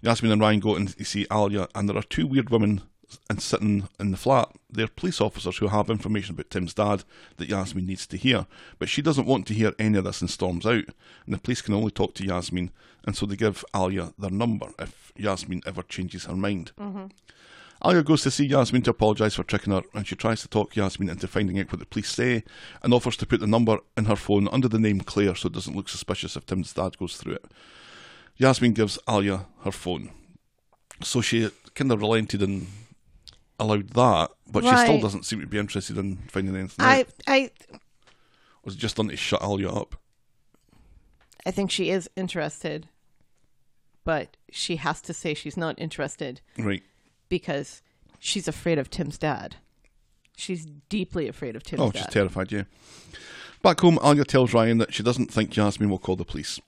[SPEAKER 4] Yasmin and Ryan go and see Alia, and there are two weird women and sitting in the flat. They're police officers who have information about Tim's dad that Yasmin needs to hear, but she doesn't want to hear any of this and storms out. And the police can only talk to Yasmin, and so they give Alia their number if Yasmin ever changes her mind. Alia goes to see Yasmin to apologise for tricking her, and she tries to talk Yasmin into finding out what the police say and offers to put the number in her phone under the name Claire so it doesn't look suspicious if Tim's dad goes through it. Yasmin gives Alia her phone. So she kind of relented and allowed that, but she still
[SPEAKER 1] Right.
[SPEAKER 4] doesn't seem to be interested in finding anything
[SPEAKER 1] I,
[SPEAKER 4] out.
[SPEAKER 1] I,
[SPEAKER 4] Was it just done to shut Alia up?
[SPEAKER 1] I think she is interested, but she has to say she's not interested
[SPEAKER 4] Right.
[SPEAKER 1] because she's afraid of Tim's dad. She's deeply afraid of Tim's
[SPEAKER 4] Oh,
[SPEAKER 1] dad.
[SPEAKER 4] she's terrified, yeah. Back home, Alia tells Ryan that she doesn't think Yasmin will call the police.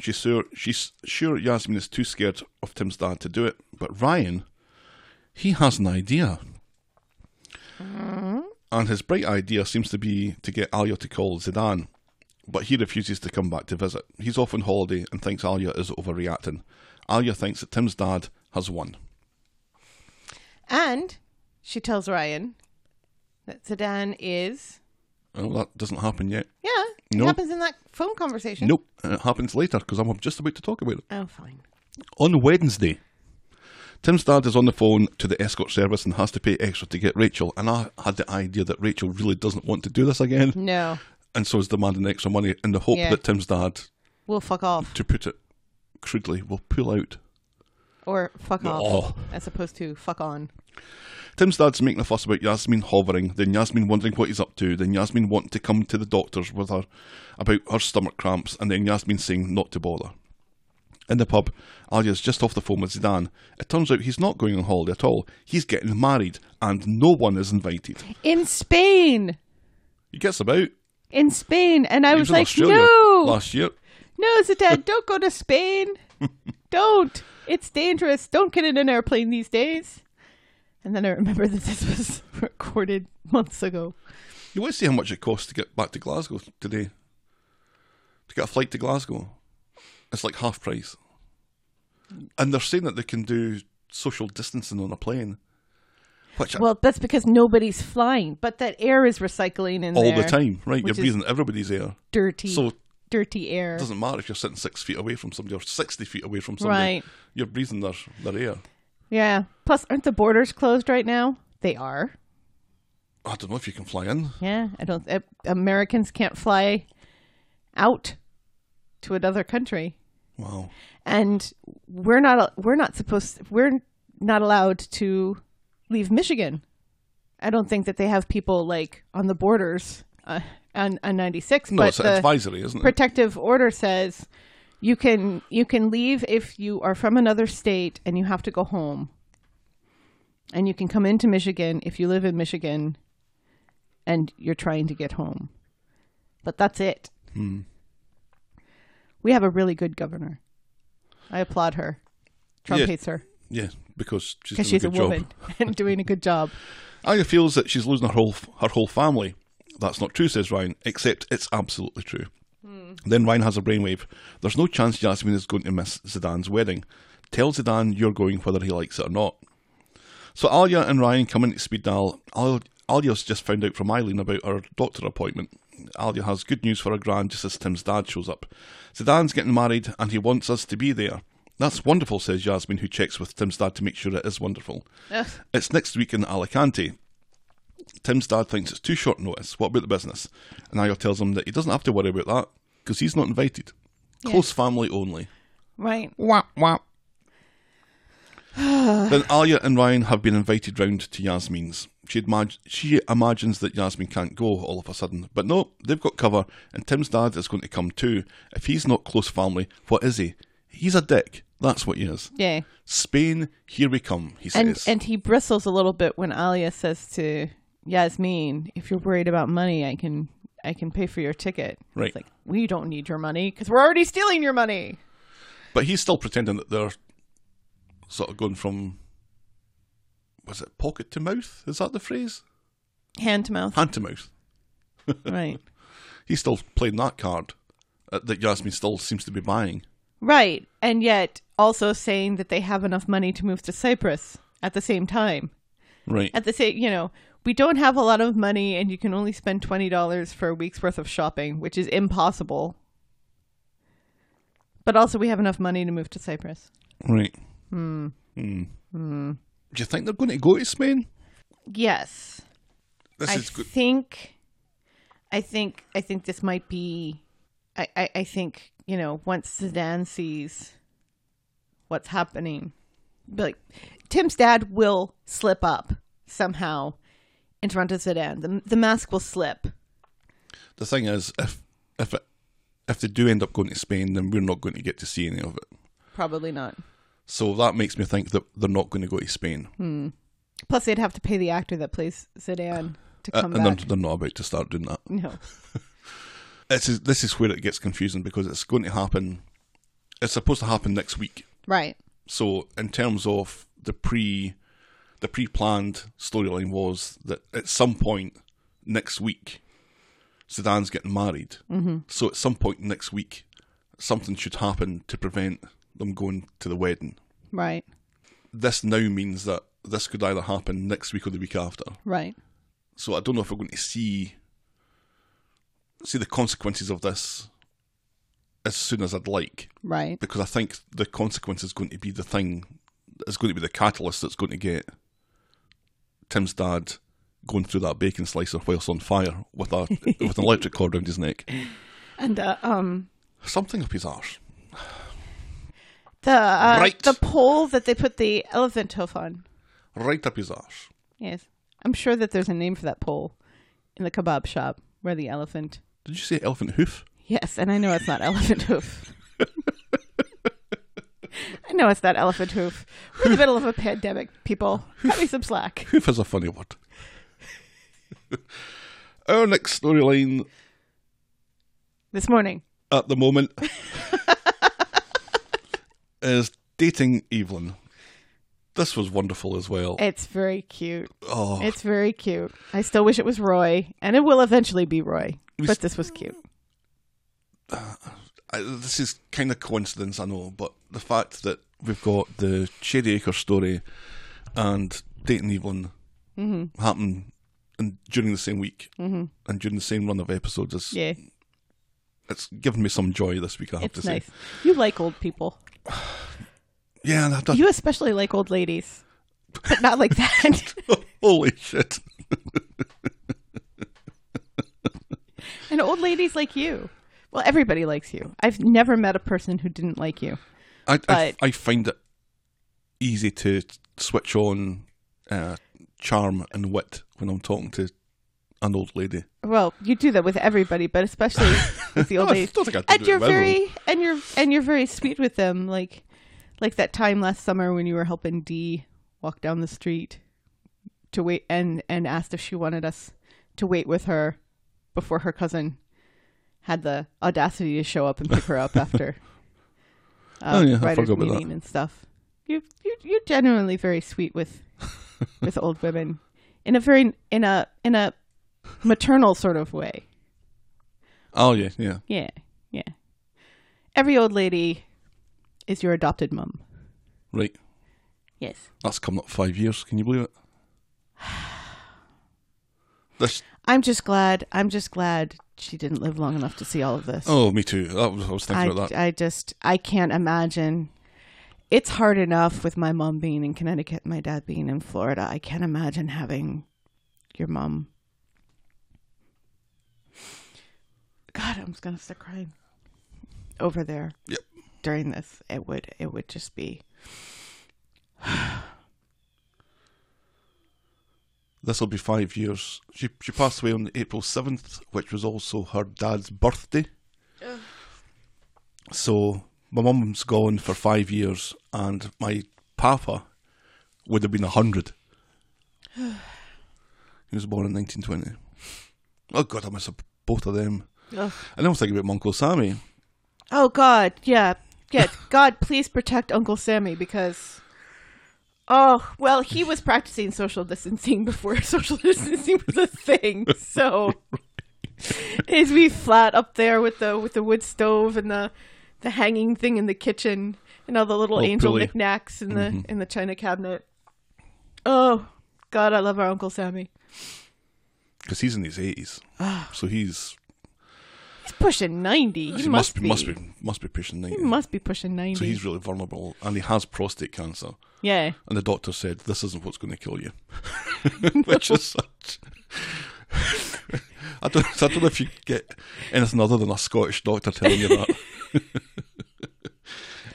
[SPEAKER 4] She's sure, she's sure Yasmin is too scared of Tim's dad to do it, but Ryan, he has an idea. and his bright idea seems to be to get Alia to call Zidane, but he refuses to come back to visit. He's off on holiday and thinks Alia is overreacting. Alia thinks that Tim's dad has won.
[SPEAKER 1] And she tells Ryan that Zidane is
[SPEAKER 4] Oh, that doesn't happen yet.
[SPEAKER 1] yeah.
[SPEAKER 4] No.
[SPEAKER 1] It happens in that phone conversation.
[SPEAKER 4] Nope, and it happens later because I'm just about to talk about it.
[SPEAKER 1] Oh, fine.
[SPEAKER 4] On Wednesday, Tim's dad is on the phone to the escort service and has to pay extra to get Rachel. And I had the idea that Rachel really doesn't want to do this again
[SPEAKER 1] No,
[SPEAKER 4] and so is demanding extra money in the hope
[SPEAKER 1] Mm-hmm. Yeah.
[SPEAKER 4] that Tim's dad,
[SPEAKER 1] we'll fuck off
[SPEAKER 4] to put it crudely, will pull out.
[SPEAKER 1] or fuck off
[SPEAKER 4] Oh.
[SPEAKER 1] as opposed to fuck on.
[SPEAKER 4] Tim's dad's making a fuss about Yasmin hovering, then Yasmin wondering what he's up to, then Yasmin wanting to come to the doctors with her about her stomach cramps, and then Yasmin saying not to bother. In the pub, Alia's just off the phone with Zidane. It turns out he's not going on holiday at all. He's getting married, and no one is invited.
[SPEAKER 1] In Spain,
[SPEAKER 4] He gets about.
[SPEAKER 1] in Spain, and I
[SPEAKER 4] He
[SPEAKER 1] was,
[SPEAKER 4] in
[SPEAKER 1] like,
[SPEAKER 4] Australia
[SPEAKER 1] no,
[SPEAKER 4] last year.
[SPEAKER 1] no, Zidane, don't go to Spain. don't. It's dangerous. Don't get in an airplane these days. And then I remember that this was recorded months ago.
[SPEAKER 4] You want to see how much it costs to get back to Glasgow today? To get a flight to Glasgow, it's like half price. And they're saying that they can do social distancing on a plane, which
[SPEAKER 1] Well, that's because nobody's flying, but that air is recycling in
[SPEAKER 4] all
[SPEAKER 1] there.
[SPEAKER 4] the time, right? You're
[SPEAKER 1] which is
[SPEAKER 4] breathing everybody's air,
[SPEAKER 1] Dirty,
[SPEAKER 4] so it
[SPEAKER 1] dirty air.
[SPEAKER 4] doesn't matter if you're sitting six feet away from somebody or sixty feet away from somebody.
[SPEAKER 1] Right.
[SPEAKER 4] You're breathing their their air.
[SPEAKER 1] Yeah. Plus, aren't the borders closed right now? They are.
[SPEAKER 4] I don't know if you can fly in.
[SPEAKER 1] Yeah, I don't. Uh, Americans can't fly out to another country,
[SPEAKER 4] Wow.
[SPEAKER 1] and we're not. al- We're not supposed. We're not allowed to leave Michigan. I don't think that they have people like on the borders uh, on on ninety six.
[SPEAKER 4] No,
[SPEAKER 1] but
[SPEAKER 4] it's
[SPEAKER 1] the
[SPEAKER 4] advisory, isn't it?
[SPEAKER 1] protective order says you can you can leave if you are from another state and you have to go home. And you can come into Michigan if you live in Michigan and you're trying to get home. But that's it.
[SPEAKER 4] Hmm.
[SPEAKER 1] We have a really good governor. I applaud her. Trump
[SPEAKER 4] Yeah.
[SPEAKER 1] hates her
[SPEAKER 4] yeah, because she's doing
[SPEAKER 1] because she's
[SPEAKER 4] a
[SPEAKER 1] a
[SPEAKER 4] good job.
[SPEAKER 1] woman and doing a good job.
[SPEAKER 4] Aya feels that she's losing her whole her whole family. That's not true, says Ryan. Except it's absolutely true. Then Ryan has a brainwave. There's no chance Jasmine is going to miss Zidane's wedding. Tell Zidane you're going whether he likes it or not. So Alia and Ryan come into speed dial. Al- Alia's just found out from Eileen about her doctor appointment. Alia has good news for her grand just as Tim's dad shows up. Zidane's getting married and he wants us to be there. That's wonderful, says Yasmin, who checks with Tim's dad to make sure it is wonderful. It's next week in Alicante. Tim's dad thinks it's too short notice. What about the business? And Alia tells him that he doesn't have to worry about that because he's not invited. Close family only.
[SPEAKER 1] Right.
[SPEAKER 4] Wah, wah. then Alia and Ryan have been invited round to Yasmin's. She, imag- she imagines that Yasmin can't go all of a sudden, but no, they've got cover, and Tim's dad is going to come too. If he's not close family, what is he? He's a dick. That's what he is.
[SPEAKER 1] Yeah.
[SPEAKER 4] Spain, here we come, he
[SPEAKER 1] And
[SPEAKER 4] says.
[SPEAKER 1] and he bristles a little bit when Alia says to Yasmin, "If you're worried about money, I can I can pay for your ticket."
[SPEAKER 4] Right.
[SPEAKER 1] It's like we don't need your money because we're already stealing your money.
[SPEAKER 4] But he's still pretending that they're sort of going from was it pocket to mouth? Is that the phrase?
[SPEAKER 1] Hand to mouth.
[SPEAKER 4] Hand to mouth.
[SPEAKER 1] right.
[SPEAKER 4] He's still playing that card uh, that Yasmin still seems to be buying.
[SPEAKER 1] Right. And yet also saying that they have enough money to move to Cyprus at the same time.
[SPEAKER 4] Right.
[SPEAKER 1] At the same, you know, we don't have a lot of money and you can only spend $20 for a week's worth of shopping, which is impossible. But also we have enough money to move to Cyprus.
[SPEAKER 4] Right. Hmm.
[SPEAKER 1] Hmm.
[SPEAKER 4] Do you think they're going to go to Spain?
[SPEAKER 1] Yes.
[SPEAKER 4] This
[SPEAKER 1] I
[SPEAKER 4] is good.
[SPEAKER 1] think, I think, I think this might be. I, I, I think you know once Sedan sees what's happening, like Tim's dad will slip up somehow in front of Sedan. The the mask will slip.
[SPEAKER 4] The thing is, if if it, if they do end up going to Spain, then we're not going to get to see any of it.
[SPEAKER 1] Probably not.
[SPEAKER 4] So that makes me think that they're not going to go to Spain,
[SPEAKER 1] Hmm, Plus, they'd have to pay the actor that plays Sedan to
[SPEAKER 4] Uh,
[SPEAKER 1] come
[SPEAKER 4] and
[SPEAKER 1] back.
[SPEAKER 4] they're, they're not about to start doing that.
[SPEAKER 1] No.
[SPEAKER 4] This is this is where it gets confusing because it's going to happen. It's supposed to happen next week.
[SPEAKER 1] Right.
[SPEAKER 4] So in terms of the pre, the pre-planned storyline was that at some point next week, Sedan's getting married. Mm-hmm. So at some point next week, something should happen to prevent them going to the wedding.
[SPEAKER 1] Right.
[SPEAKER 4] This now means that this could either happen next week or the week after.
[SPEAKER 1] Right.
[SPEAKER 4] So I don't know if we're going to see see the consequences of this as soon as I'd like,
[SPEAKER 1] Right.
[SPEAKER 4] because I think the consequence is going to be the thing is going to be the catalyst that's going to get Tim's dad going through that bacon slicer whilst on fire with a with an electric cord around his neck,
[SPEAKER 1] And uh, um
[SPEAKER 4] something up his arse.
[SPEAKER 1] the uh,
[SPEAKER 4] Right.
[SPEAKER 1] the pole that they put the elephant hoof on.
[SPEAKER 4] right up his arse.
[SPEAKER 1] Yes. I'm sure that there's a name for that pole in the kebab shop where the elephant.
[SPEAKER 4] Did you say elephant hoof?
[SPEAKER 1] Yes, and I know it's not elephant hoof. I know it's not elephant hoof. We're in the middle of a pandemic, people. Cut me some slack.
[SPEAKER 4] Hoof is a funny word. Our next storyline
[SPEAKER 1] This morning.
[SPEAKER 4] at the moment is dating Evelyn. This was wonderful as well.
[SPEAKER 1] It's very cute.
[SPEAKER 4] oh,
[SPEAKER 1] It's very cute. I still wish it was Roy, and it will eventually be Roy.
[SPEAKER 4] was-
[SPEAKER 1] But this was cute.
[SPEAKER 4] I, this is kind of coincidence, I know, but the fact that we've got the Cherry Acre story and dating Evelyn
[SPEAKER 1] Mm-hmm.
[SPEAKER 4] happen in, during the same week and during the same run of episodes is
[SPEAKER 1] Yeah,
[SPEAKER 4] it's given me some joy this week. I have
[SPEAKER 1] it's
[SPEAKER 4] to
[SPEAKER 1] nice.
[SPEAKER 4] say,
[SPEAKER 1] You like old people.
[SPEAKER 4] yeah, and I've done.
[SPEAKER 1] You especially like old ladies, but not like that.
[SPEAKER 4] Holy shit!
[SPEAKER 1] and old ladies like you. Well, everybody likes you. I've never met a person who didn't like you.
[SPEAKER 4] I I,
[SPEAKER 1] But-
[SPEAKER 4] I find it easy to switch on uh, charm and wit when I'm talking to an old lady.
[SPEAKER 1] Well, you do that with everybody, but especially with the old
[SPEAKER 4] No, Oh, I
[SPEAKER 1] ladies.
[SPEAKER 4] don't think I did
[SPEAKER 1] and
[SPEAKER 4] it
[SPEAKER 1] you're
[SPEAKER 4] with everyone.
[SPEAKER 1] very and you're and you're very sweet with them, like like that time last summer when you were helping Dee walk down the street to wait and and asked if she wanted us to wait with her before her cousin had the audacity to show up and pick her up after uh,
[SPEAKER 4] Oh, yeah, I
[SPEAKER 1] writers
[SPEAKER 4] forgot about
[SPEAKER 1] meeting
[SPEAKER 4] that.
[SPEAKER 1] and stuff. You you you're genuinely very sweet with with old women in a very in a in a maternal sort of way.
[SPEAKER 4] Oh yeah, yeah.
[SPEAKER 1] Yeah, yeah. Every old lady is your adopted mum.
[SPEAKER 4] Right,
[SPEAKER 1] Yes.
[SPEAKER 4] that's coming up five years. Can you believe it? This.
[SPEAKER 1] I'm just glad. I'm just glad she didn't live long enough to see all of this.
[SPEAKER 4] Oh, me too. That was, I was thinking
[SPEAKER 1] I,
[SPEAKER 4] about that.
[SPEAKER 1] I just I can't imagine. It's hard enough with my mom being in Connecticut, and my dad being in Florida. I can't imagine having your mom. God, I'm just gonna start crying over there.
[SPEAKER 4] Yep.
[SPEAKER 1] During this, it would it would just be
[SPEAKER 4] This will be five years. She she passed away on April seventh, which was also her dad's birthday. So my mum's gone for five years, and my papa would have been hundred. he was born in nineteen twenty. Oh God, I miss both of them. And I was thinking about my uncle Sammy.
[SPEAKER 1] Oh God, yeah, yeah. God, please protect Uncle Sammy because. Oh well, he was practicing social distancing before social distancing was a thing. So, is we flat up there with the with the wood stove and the the hanging thing in the kitchen and all the little
[SPEAKER 4] Little
[SPEAKER 1] angel
[SPEAKER 4] pulley.
[SPEAKER 1] knickknacks in the in the china cabinet. Oh God, I love our Uncle Sammy.
[SPEAKER 4] because he's in his eighties, so he's
[SPEAKER 1] He's pushing ninety. Ah. He,
[SPEAKER 4] he
[SPEAKER 1] must, be.
[SPEAKER 4] must be must be pushing ninety.
[SPEAKER 1] He must be pushing ninety.
[SPEAKER 4] so he's really vulnerable, and he has prostate cancer.
[SPEAKER 1] yeah.
[SPEAKER 4] And the doctor said, "This isn't what's going to kill you," which is such. I don't. I don't know if you get anything other than a Scottish doctor telling you that.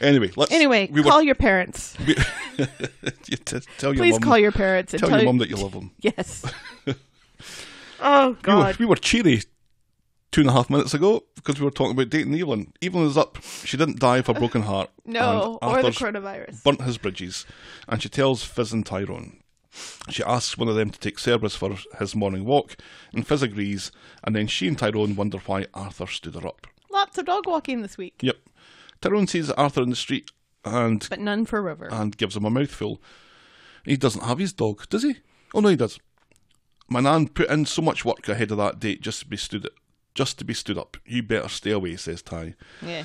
[SPEAKER 4] anyway, let's.
[SPEAKER 1] Anyway,
[SPEAKER 4] we
[SPEAKER 1] call
[SPEAKER 4] were,
[SPEAKER 1] your parents.
[SPEAKER 4] you t- tell your
[SPEAKER 1] Please
[SPEAKER 4] mum-
[SPEAKER 1] call your parents and
[SPEAKER 4] tell, your mum that you love them.
[SPEAKER 1] Yes. oh
[SPEAKER 4] We were,
[SPEAKER 1] God.
[SPEAKER 4] we were cheery two and a half minutes ago because we were talking about dating Evelyn. Evelyn is up. She didn't die of a broken heart.
[SPEAKER 1] no,
[SPEAKER 4] and
[SPEAKER 1] or the
[SPEAKER 4] Arthur's
[SPEAKER 1] coronavirus.
[SPEAKER 4] burnt his bridges, and she tells Fizz and Tyrone. She asks one of them to take Cerberus for his morning walk, and Fizz agrees, and then she and Tyrone wonder why Arthur stood her up.
[SPEAKER 1] Lots of dog walking this week,
[SPEAKER 4] Yep. Tyrone sees Arthur in the street and
[SPEAKER 1] but none for
[SPEAKER 4] Uh,
[SPEAKER 1] River.
[SPEAKER 4] and gives him a mouthful. He doesn't have his dog, does he? Oh no, he does. My nan put in so much work ahead of that date just to be stood just to be stood up. You better stay away, says Ty.
[SPEAKER 1] Yeah.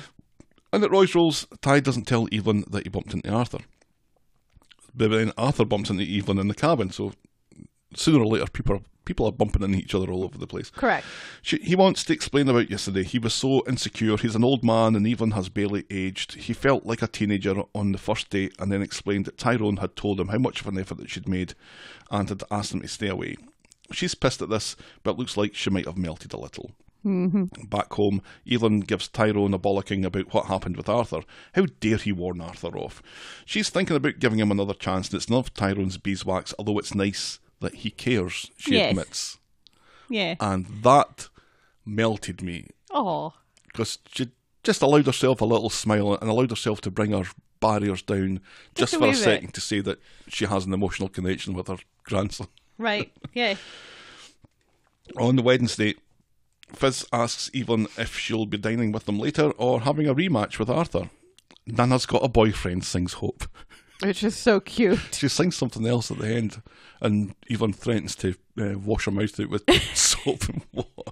[SPEAKER 4] And at Roy's Rolls, Ty doesn't tell Evelyn that he bumped into Arthur. But then Arthur bumps into Evelyn in the cabin, so sooner or later people are people are bumping into each other all over the place.
[SPEAKER 1] Correct.
[SPEAKER 4] She, he wants to explain about yesterday. He was so insecure. He's an old man and Evelyn has barely aged. He felt like a teenager on the first date and then explained that Tyrone had told him how much of an effort that she'd made and had asked him to stay away. She's pissed at this, but it looks like she might have melted a little. Back home, Evelyn gives Tyrone a bollocking about what happened with Arthur. How dare he warn Arthur off? She's thinking about giving him another chance, and it's none of Tyrone's beeswax, although it's nice that he cares, she
[SPEAKER 1] Yes.
[SPEAKER 4] admits.
[SPEAKER 1] Yeah.
[SPEAKER 4] And that melted me
[SPEAKER 1] Oh.
[SPEAKER 4] because she just allowed herself a little smile and allowed herself to bring her barriers down just,
[SPEAKER 1] a
[SPEAKER 4] for
[SPEAKER 1] wee
[SPEAKER 4] a
[SPEAKER 1] bit.
[SPEAKER 4] second to say that she has an emotional connection with her grandson.
[SPEAKER 1] Right. Yeah.
[SPEAKER 4] On the Wednesday, Fizz asks Evelyn if she'll be dining with them later or having a rematch with Arthur. Nana's got a boyfriend, sings Hope.
[SPEAKER 1] Which is so cute.
[SPEAKER 4] She sings something else at the end, and Evelyn threatens to uh, wash her mouth out with soap and water.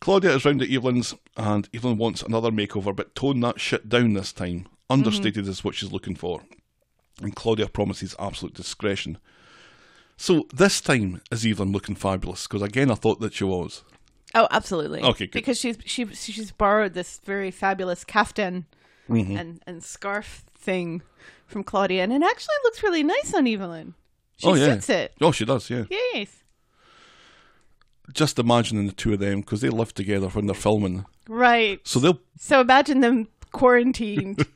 [SPEAKER 4] Claudia is round at Evelyn's, and Evelyn wants another makeover, but tone that shit down this time. Understated
[SPEAKER 1] Mm-hmm.
[SPEAKER 4] is what she's looking for, and Claudia promises absolute discretion. So this time is Evelyn looking fabulous? Because again, I thought that she was.
[SPEAKER 1] Oh, absolutely.
[SPEAKER 4] Okay, good.
[SPEAKER 1] Because she's she she's borrowed this very fabulous caftan
[SPEAKER 4] Mm-hmm.
[SPEAKER 1] and and scarf thing from Claudia, and it actually looks really nice on Evelyn. She
[SPEAKER 4] oh yeah,
[SPEAKER 1] suits it.
[SPEAKER 4] oh she does, yeah.
[SPEAKER 1] Yes.
[SPEAKER 4] Just imagining the two of them because they live together when they're filming,
[SPEAKER 1] Right.
[SPEAKER 4] so they'll
[SPEAKER 1] So imagine them quarantined.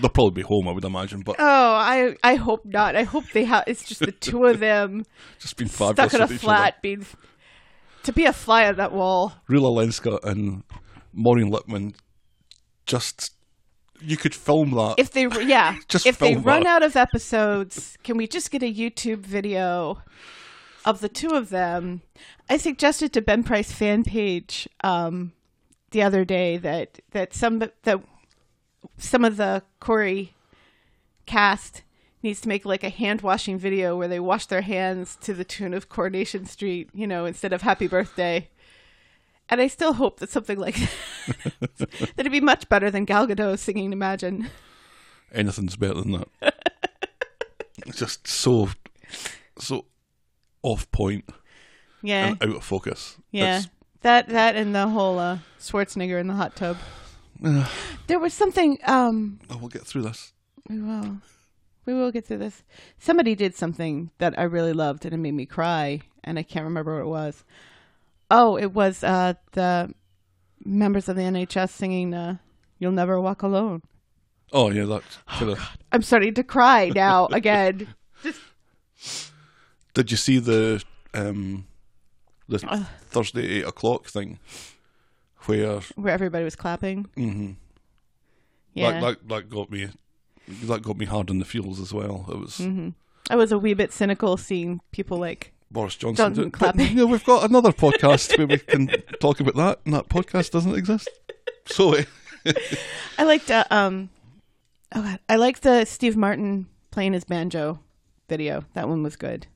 [SPEAKER 4] they'll probably be home, I would imagine. But
[SPEAKER 1] oh, I I hope not. I hope they have. It's just the two of them
[SPEAKER 4] just been
[SPEAKER 1] stuck
[SPEAKER 4] fabulous
[SPEAKER 1] in a
[SPEAKER 4] with each
[SPEAKER 1] flat. Being f- to be a fly on that wall.
[SPEAKER 4] other. Rula Lenska and Maureen Lipman just you could film that.
[SPEAKER 1] If they yeah,
[SPEAKER 4] Just
[SPEAKER 1] if they
[SPEAKER 4] film
[SPEAKER 1] run
[SPEAKER 4] that.
[SPEAKER 1] out of episodes, can we just get a YouTube video of the two of them? I suggested to Ben Price fan page um, the other day that that some that some of the Corey cast needs to make like a hand washing video where they wash their hands to the tune of Coronation Street, you know, instead of Happy Birthday. And I still hope that something like that it'd be much better than Gal Gadot singing Imagine.
[SPEAKER 4] Anything's better than that. It's just so so off point
[SPEAKER 1] Yeah,
[SPEAKER 4] and out of focus.
[SPEAKER 1] Eh. yeah.
[SPEAKER 4] It's-
[SPEAKER 1] That that and the whole uh, Schwarzenegger in the hot tub. there was something. Um,
[SPEAKER 4] uh, oh, we'll get through this.
[SPEAKER 1] we will, we will get through this. Somebody did something that I really loved and it made me cry, and I can't remember what it was. Oh, it was uh, the members of the NHS singing uh, "You'll Never Walk Alone."
[SPEAKER 4] Oh yeah, that kind of.
[SPEAKER 1] I'm starting to cry now again.
[SPEAKER 4] Did you see the um the
[SPEAKER 1] Uh.
[SPEAKER 4] Thursday eight o'clock thing where
[SPEAKER 1] Where everybody was clapping. Mm-hmm. Yeah,
[SPEAKER 4] that, that that got me that got me hard in the feels as well. It was.
[SPEAKER 1] I was a wee bit cynical seeing people like
[SPEAKER 4] Boris Johnson.
[SPEAKER 1] Johnson
[SPEAKER 4] did- but,
[SPEAKER 1] clapping.
[SPEAKER 4] you know, we've got another podcast where we can talk about that, and that podcast doesn't exist. So, eh,
[SPEAKER 1] I liked uh, um oh god, I liked the Steve Martin playing his banjo video. That one was good.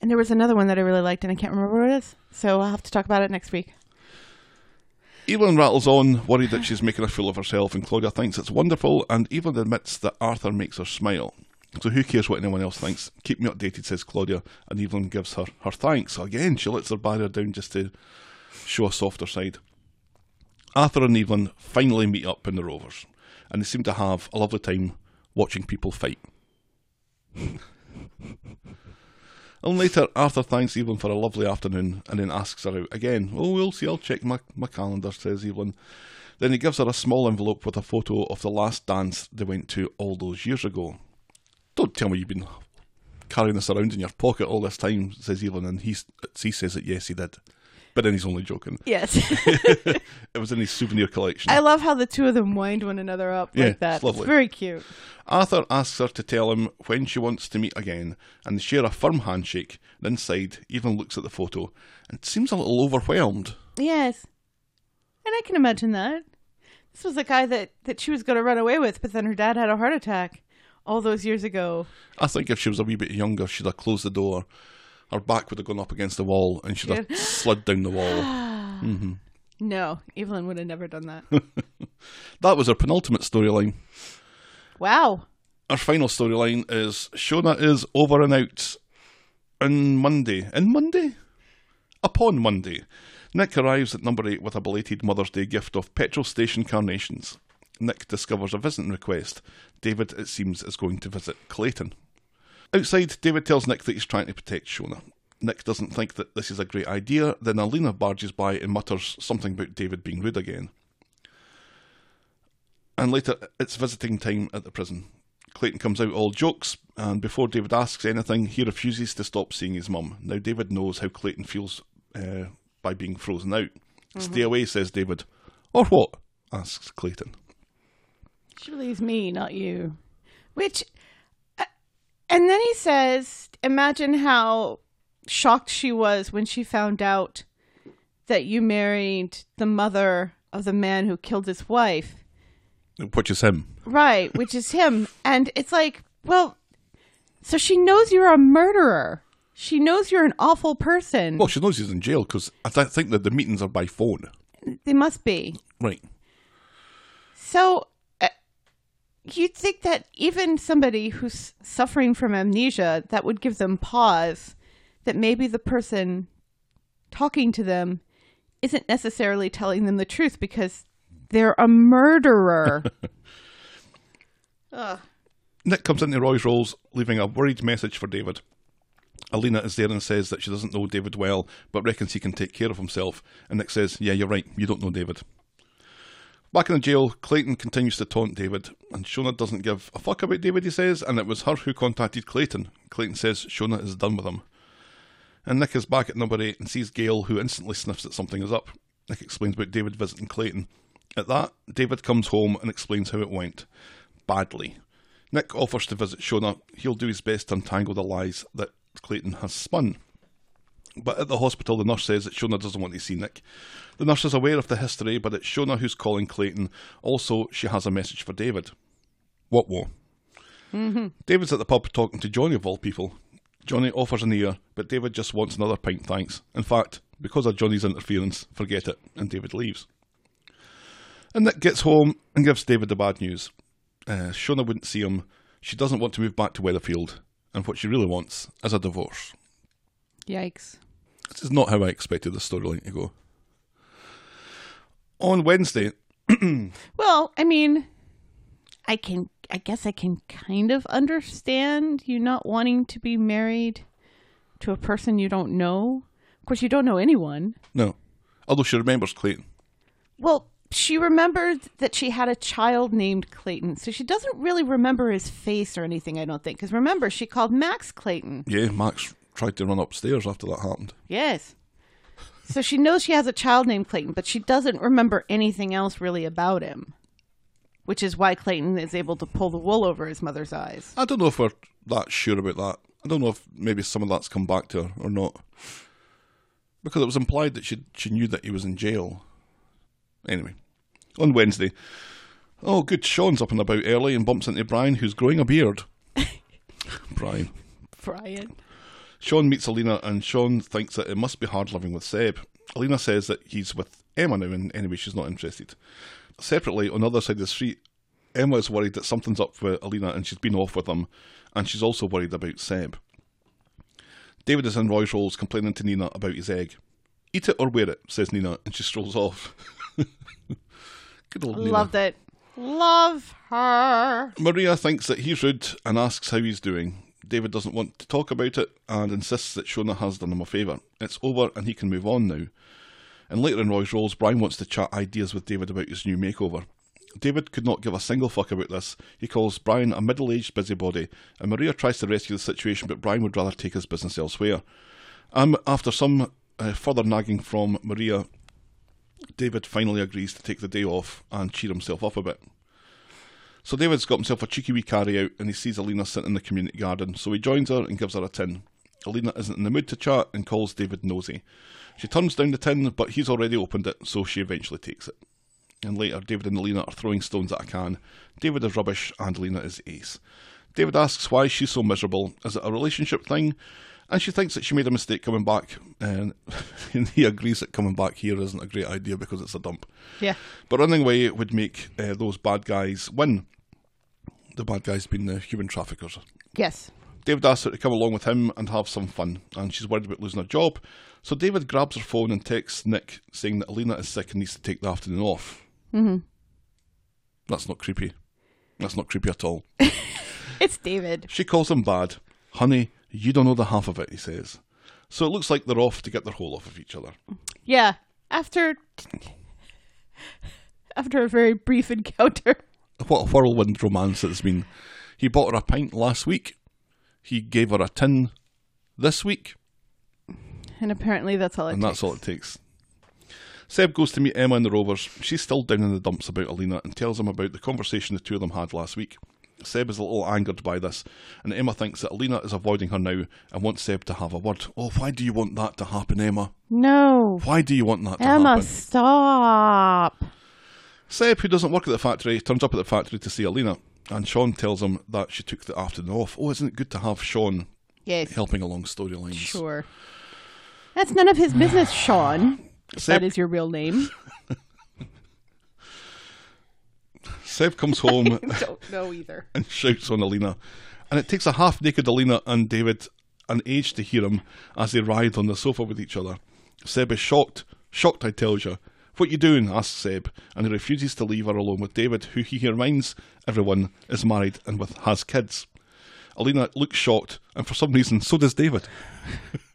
[SPEAKER 1] And there was another one that I really liked and I can't remember what it is. So I'll have to talk about it next week.
[SPEAKER 4] Evelyn rattles on, worried that she's making a fool of herself, and Claudia thinks it's wonderful, and Evelyn admits that Arthur makes her smile. So who cares what anyone else thinks? Keep me updated, says Claudia, and Evelyn gives her her thanks. Again, she lets her barrier down just to show a softer side. Arthur and Evelyn finally meet up in the Rovers, and they seem to have a lovely time watching people fight. and later, Arthur thanks Evelyn for a lovely afternoon and then asks her out again. Oh, we'll see, I'll check my, my calendar, says Evelyn. Then he gives her a small envelope with a photo of the last dance they went to all those years ago. Don't tell me you've been carrying this around in your pocket all this time, says Evelyn, and he, he says that yes, he did. But then he's only joking.
[SPEAKER 1] Yes.
[SPEAKER 4] It was in his souvenir collection.
[SPEAKER 1] I love how the two of them wind one another up
[SPEAKER 4] Yeah,
[SPEAKER 1] like that.
[SPEAKER 4] it's lovely.
[SPEAKER 1] very cute.
[SPEAKER 4] Arthur asks her to tell him when she wants to meet again, and they share a firm handshake. Then Side even looks at the photo and seems a little overwhelmed.
[SPEAKER 1] Yes. And I can imagine that. This was a guy that, that she was gonna run away with, but then her dad had a heart attack all those years ago.
[SPEAKER 4] I think if she was a wee bit younger, she'd have closed the door, her back would have gone up against the wall and she'd have slid down the wall.
[SPEAKER 1] No, Evelyn would have never done that.
[SPEAKER 4] That was her penultimate storyline.
[SPEAKER 1] wow.
[SPEAKER 4] Our final storyline is Shona is over and out on Monday. In Monday? Upon Monday. Nick arrives at number eight with a belated Mother's Day gift of petrol station carnations. Nick discovers a visiting request. David, it seems, is going to visit Clayton. Outside, David tells Nick that he's trying to protect Shona. Nick doesn't think that this is a great idea, then Alina barges by and mutters something about David being rude again. And later, it's visiting time at the prison. Clayton comes out all jokes, and before David asks anything, he refuses to stop seeing his mum. Now, David knows how Clayton feels uh, by being frozen out. Stay away, says David. Or what? asks Clayton.
[SPEAKER 1] She believes me, not you. Which, uh, and then he says, imagine how shocked she was when she found out that you married the mother of the man who killed his wife.
[SPEAKER 4] Which is him.
[SPEAKER 1] Right, which is him. And it's like, well, so she knows you're a murderer. She knows you're an awful person.
[SPEAKER 4] Well, she knows he's in jail because I th- think that the meetings are by phone.
[SPEAKER 1] they must be.
[SPEAKER 4] Right.
[SPEAKER 1] So uh, you'd think that even somebody who's suffering from amnesia, that would give them pause that maybe the person talking to them isn't necessarily telling them the truth because they're a murderer.
[SPEAKER 4] Nick comes into Roy's Rolls, leaving a worried message for David. Alina is there and says that she doesn't know David well, but reckons he can take care of himself. And Nick says, Yeah, you're right, you don't know David. Back in the jail, Clayton continues to taunt David, and Shona doesn't give a fuck about David, he says, and it was her who contacted Clayton. Clayton says Shona is done with him. And Nick is back at number 8 and sees Gail, who instantly sniffs that something is up. Nick explains about David visiting Clayton. At that, David comes home and explains how it went. Badly. Nick offers to visit Shona. He'll do his best to untangle the lies that Clayton has spun. But at the hospital, the nurse says that Shona doesn't want to see Nick. The nurse is aware of the history, but it's Shona who's calling Clayton. Also, she has a message for David. What war? David's at the pub talking to Johnny of all people. Johnny offers an ear, but David just wants another pint, thanks. In fact, because of Johnny's interference, forget it, and David leaves. And Nick gets home and gives David the bad news. Uh, Shona wouldn't see him. She doesn't want to move back to Weatherfield, and what she really wants is a divorce.
[SPEAKER 1] Yikes.
[SPEAKER 4] This is not how I expected the storyline to go. On Wednesday,
[SPEAKER 1] Well, I mean, I can, I guess I can kind of understand you not wanting to be married to a person you don't know. Of course, you don't know anyone.
[SPEAKER 4] no, although she remembers Clayton.
[SPEAKER 1] Well, she remembered that she had a child named Clayton, so she doesn't really remember his face or anything, I don't think. Because remember, she called Max Clayton.
[SPEAKER 4] Yeah, Max tried to run upstairs after that happened.
[SPEAKER 1] Yes. So she knows she has a child named Clayton, but she doesn't remember anything else really about him, which is why Clayton is able to pull the wool over his mother's eyes.
[SPEAKER 4] I don't know if we're that sure about that. I don't know if maybe some of that's come back to her or not. Because it was implied that she she knew that he was in jail. Anyway, on Wednesday, oh, good Sean's up and about early and bumps into Brian, who's growing a beard. Brian.
[SPEAKER 1] Brian.
[SPEAKER 4] Sean meets Alina, and Sean thinks that it must be hard living with Seb. Alina says that he's with Emma now, and anyway, she's not interested. Separately, on the other side of the street, Emma is worried that something's up with Alina, and she's been off with him, and she's also worried about Seb. David is in Roy's Rolls complaining to Nina about his egg. Eat it or wear it, says Nina, and she strolls off. Good old Nina.
[SPEAKER 1] Loved it. Love her.
[SPEAKER 4] Maria thinks that he's rude and asks how he's doing. David doesn't want to talk about it and insists that Shona has done him a favour. It's over and he can move on now. And later in Roy's Rolls, Brian wants to chat ideas with David about his new makeover. David could not give a single fuck about this. He calls Brian a middle aged busybody, and Maria tries to rescue the situation, but Brian would rather take his business elsewhere. Um, after some uh, further nagging from Maria, David finally agrees to take the day off and cheer himself up a bit. So David's got himself a cheeky wee carry out and he sees Alina sitting in the community garden, so he joins her and gives her a tin. Alina isn't in the mood to chat and calls David nosy. She turns down the tin, but he's already opened it, so she eventually takes it. And later, David and Alina are throwing stones at a can. David is rubbish and Alina is ace. David asks why she's so miserable. Is it a relationship thing? And she thinks that she made a mistake coming back, and, and he agrees that coming back here isn't a great idea because it's a dump.
[SPEAKER 1] Yeah.
[SPEAKER 4] But running away would make uh, those bad guys win. The bad guys being the human traffickers.
[SPEAKER 1] Yes.
[SPEAKER 4] David asks her to come along with him and have some fun, and she's worried about losing her job. So David grabs her phone and texts Nick saying that Alina is sick and needs to take the afternoon off. Mm-hmm. That's not creepy. That's not creepy at all.
[SPEAKER 1] It's David.
[SPEAKER 4] She calls him bad. Honey, you don't know the half of it, he says. So it looks like they're off to get their hole off of each other.
[SPEAKER 1] Yeah. After after a very brief encounter.
[SPEAKER 4] What a whirlwind romance it's been. He bought her a pint last week. He gave her a tin this week.
[SPEAKER 1] And apparently that's all it
[SPEAKER 4] and
[SPEAKER 1] takes.
[SPEAKER 4] that's all it takes. Seb goes to meet Emma and the Rovers. She's still down in the dumps about Alina and tells him about the conversation the two of them had last week. Seb is a little angered by this, and Emma thinks that Alina is avoiding her now and wants Seb to have a word. Oh, why do you want that to happen, Emma?
[SPEAKER 5] No.
[SPEAKER 4] Why do you want that to
[SPEAKER 5] Emma,
[SPEAKER 4] happen?
[SPEAKER 5] stop.
[SPEAKER 4] Seb, who doesn't work at the factory, turns up at the factory to see Alina, and Sean tells him that she took the afternoon off. Oh, isn't it good to have Sean
[SPEAKER 1] Yes.
[SPEAKER 4] helping along storylines?
[SPEAKER 1] Sure.
[SPEAKER 5] That's none of his business, Sean.
[SPEAKER 4] Seb,
[SPEAKER 1] That is your real name.
[SPEAKER 4] Seb comes home
[SPEAKER 1] Don't know either.
[SPEAKER 4] and shouts on Alina. And it takes a half naked Alina and David an age to hear him as they writhe on the sofa with each other. Seb is shocked. Shocked, I tell you. What you doing? asks Seb, and he refuses to leave her alone with David, who he reminds everyone is married and with has kids. Alina looks shocked, and for some reason, so does David.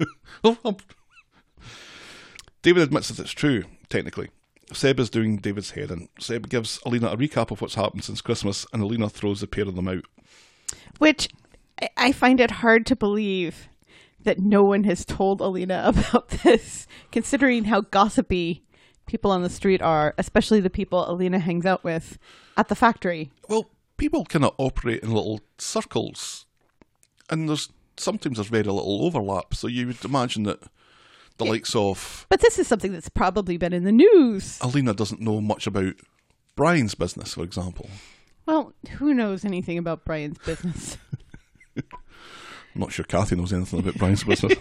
[SPEAKER 4] Oh, I'm- David admits that it's true, technically. Seb is doing David's head in. Seb gives Alina a recap of what's happened since Christmas, and Alina throws the pair of them out.
[SPEAKER 1] Which I- I find it hard to believe that no one has told Alina about this, considering how gossipy people on the street are, especially the people Alina hangs out with at the factory.
[SPEAKER 4] Well, people kind of operate in little circles, and there's sometimes there's very little overlap. So you would imagine that the likes of
[SPEAKER 1] But this is something that's probably been in the news.
[SPEAKER 4] Alina doesn't know much about Brian's business, for example.
[SPEAKER 1] Well, who knows anything about Brian's business?
[SPEAKER 4] I'm not sure Kathy knows anything about Brian's business.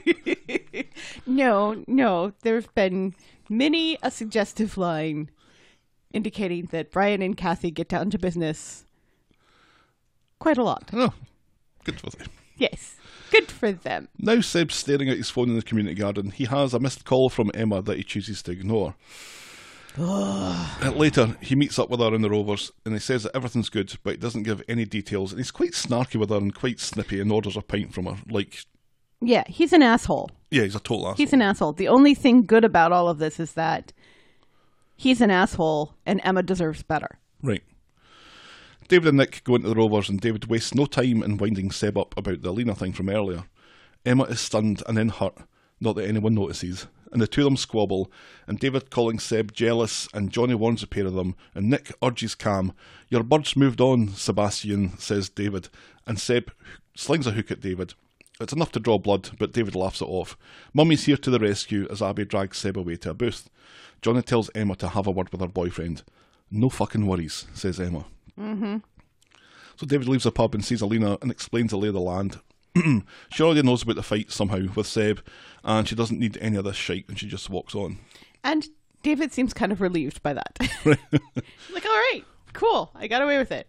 [SPEAKER 1] no, no. There's been many a suggestive line indicating that Brian and Kathy get down to business quite a lot.
[SPEAKER 4] no, good for them.
[SPEAKER 1] Yes. Good for them.
[SPEAKER 4] Now Seb's staring at his phone in the community garden. He has a missed call from Emma that he chooses to ignore. Uh, Later, he meets up with her in the Rovers and he says that everything's good, but he doesn't give any details. And he's quite snarky with her and quite snippy and orders a pint from her. Like,
[SPEAKER 1] Yeah, he's an asshole.
[SPEAKER 4] yeah, he's a total asshole.
[SPEAKER 1] He's an asshole. The only thing good about all of this is that he's an asshole and Emma deserves better.
[SPEAKER 4] Right. David and Nick go into the Rovers, and David wastes no time in winding Seb up about the Alina thing from earlier. Emma is stunned and then hurt, not that anyone notices, and the two of them squabble, and David calling Seb jealous, and Johnny warns the pair of them, and Nick urges Cam, Your bird's moved on, Sebastian, says David, and Seb slings a hook at David. It's enough to draw blood, but David laughs it off. Mummy's here to the rescue as Abby drags Seb away to a booth. Johnny tells Emma to have a word with her boyfriend. No fucking worries, says Emma. Mm-hmm. So David leaves the pub and sees Alina and explains the lay of the land. she already knows about the fight somehow with Seb, and she doesn't need any of this shite, and she just walks on.
[SPEAKER 1] And David seems kind of relieved by that. like, all right, cool. I got away with it.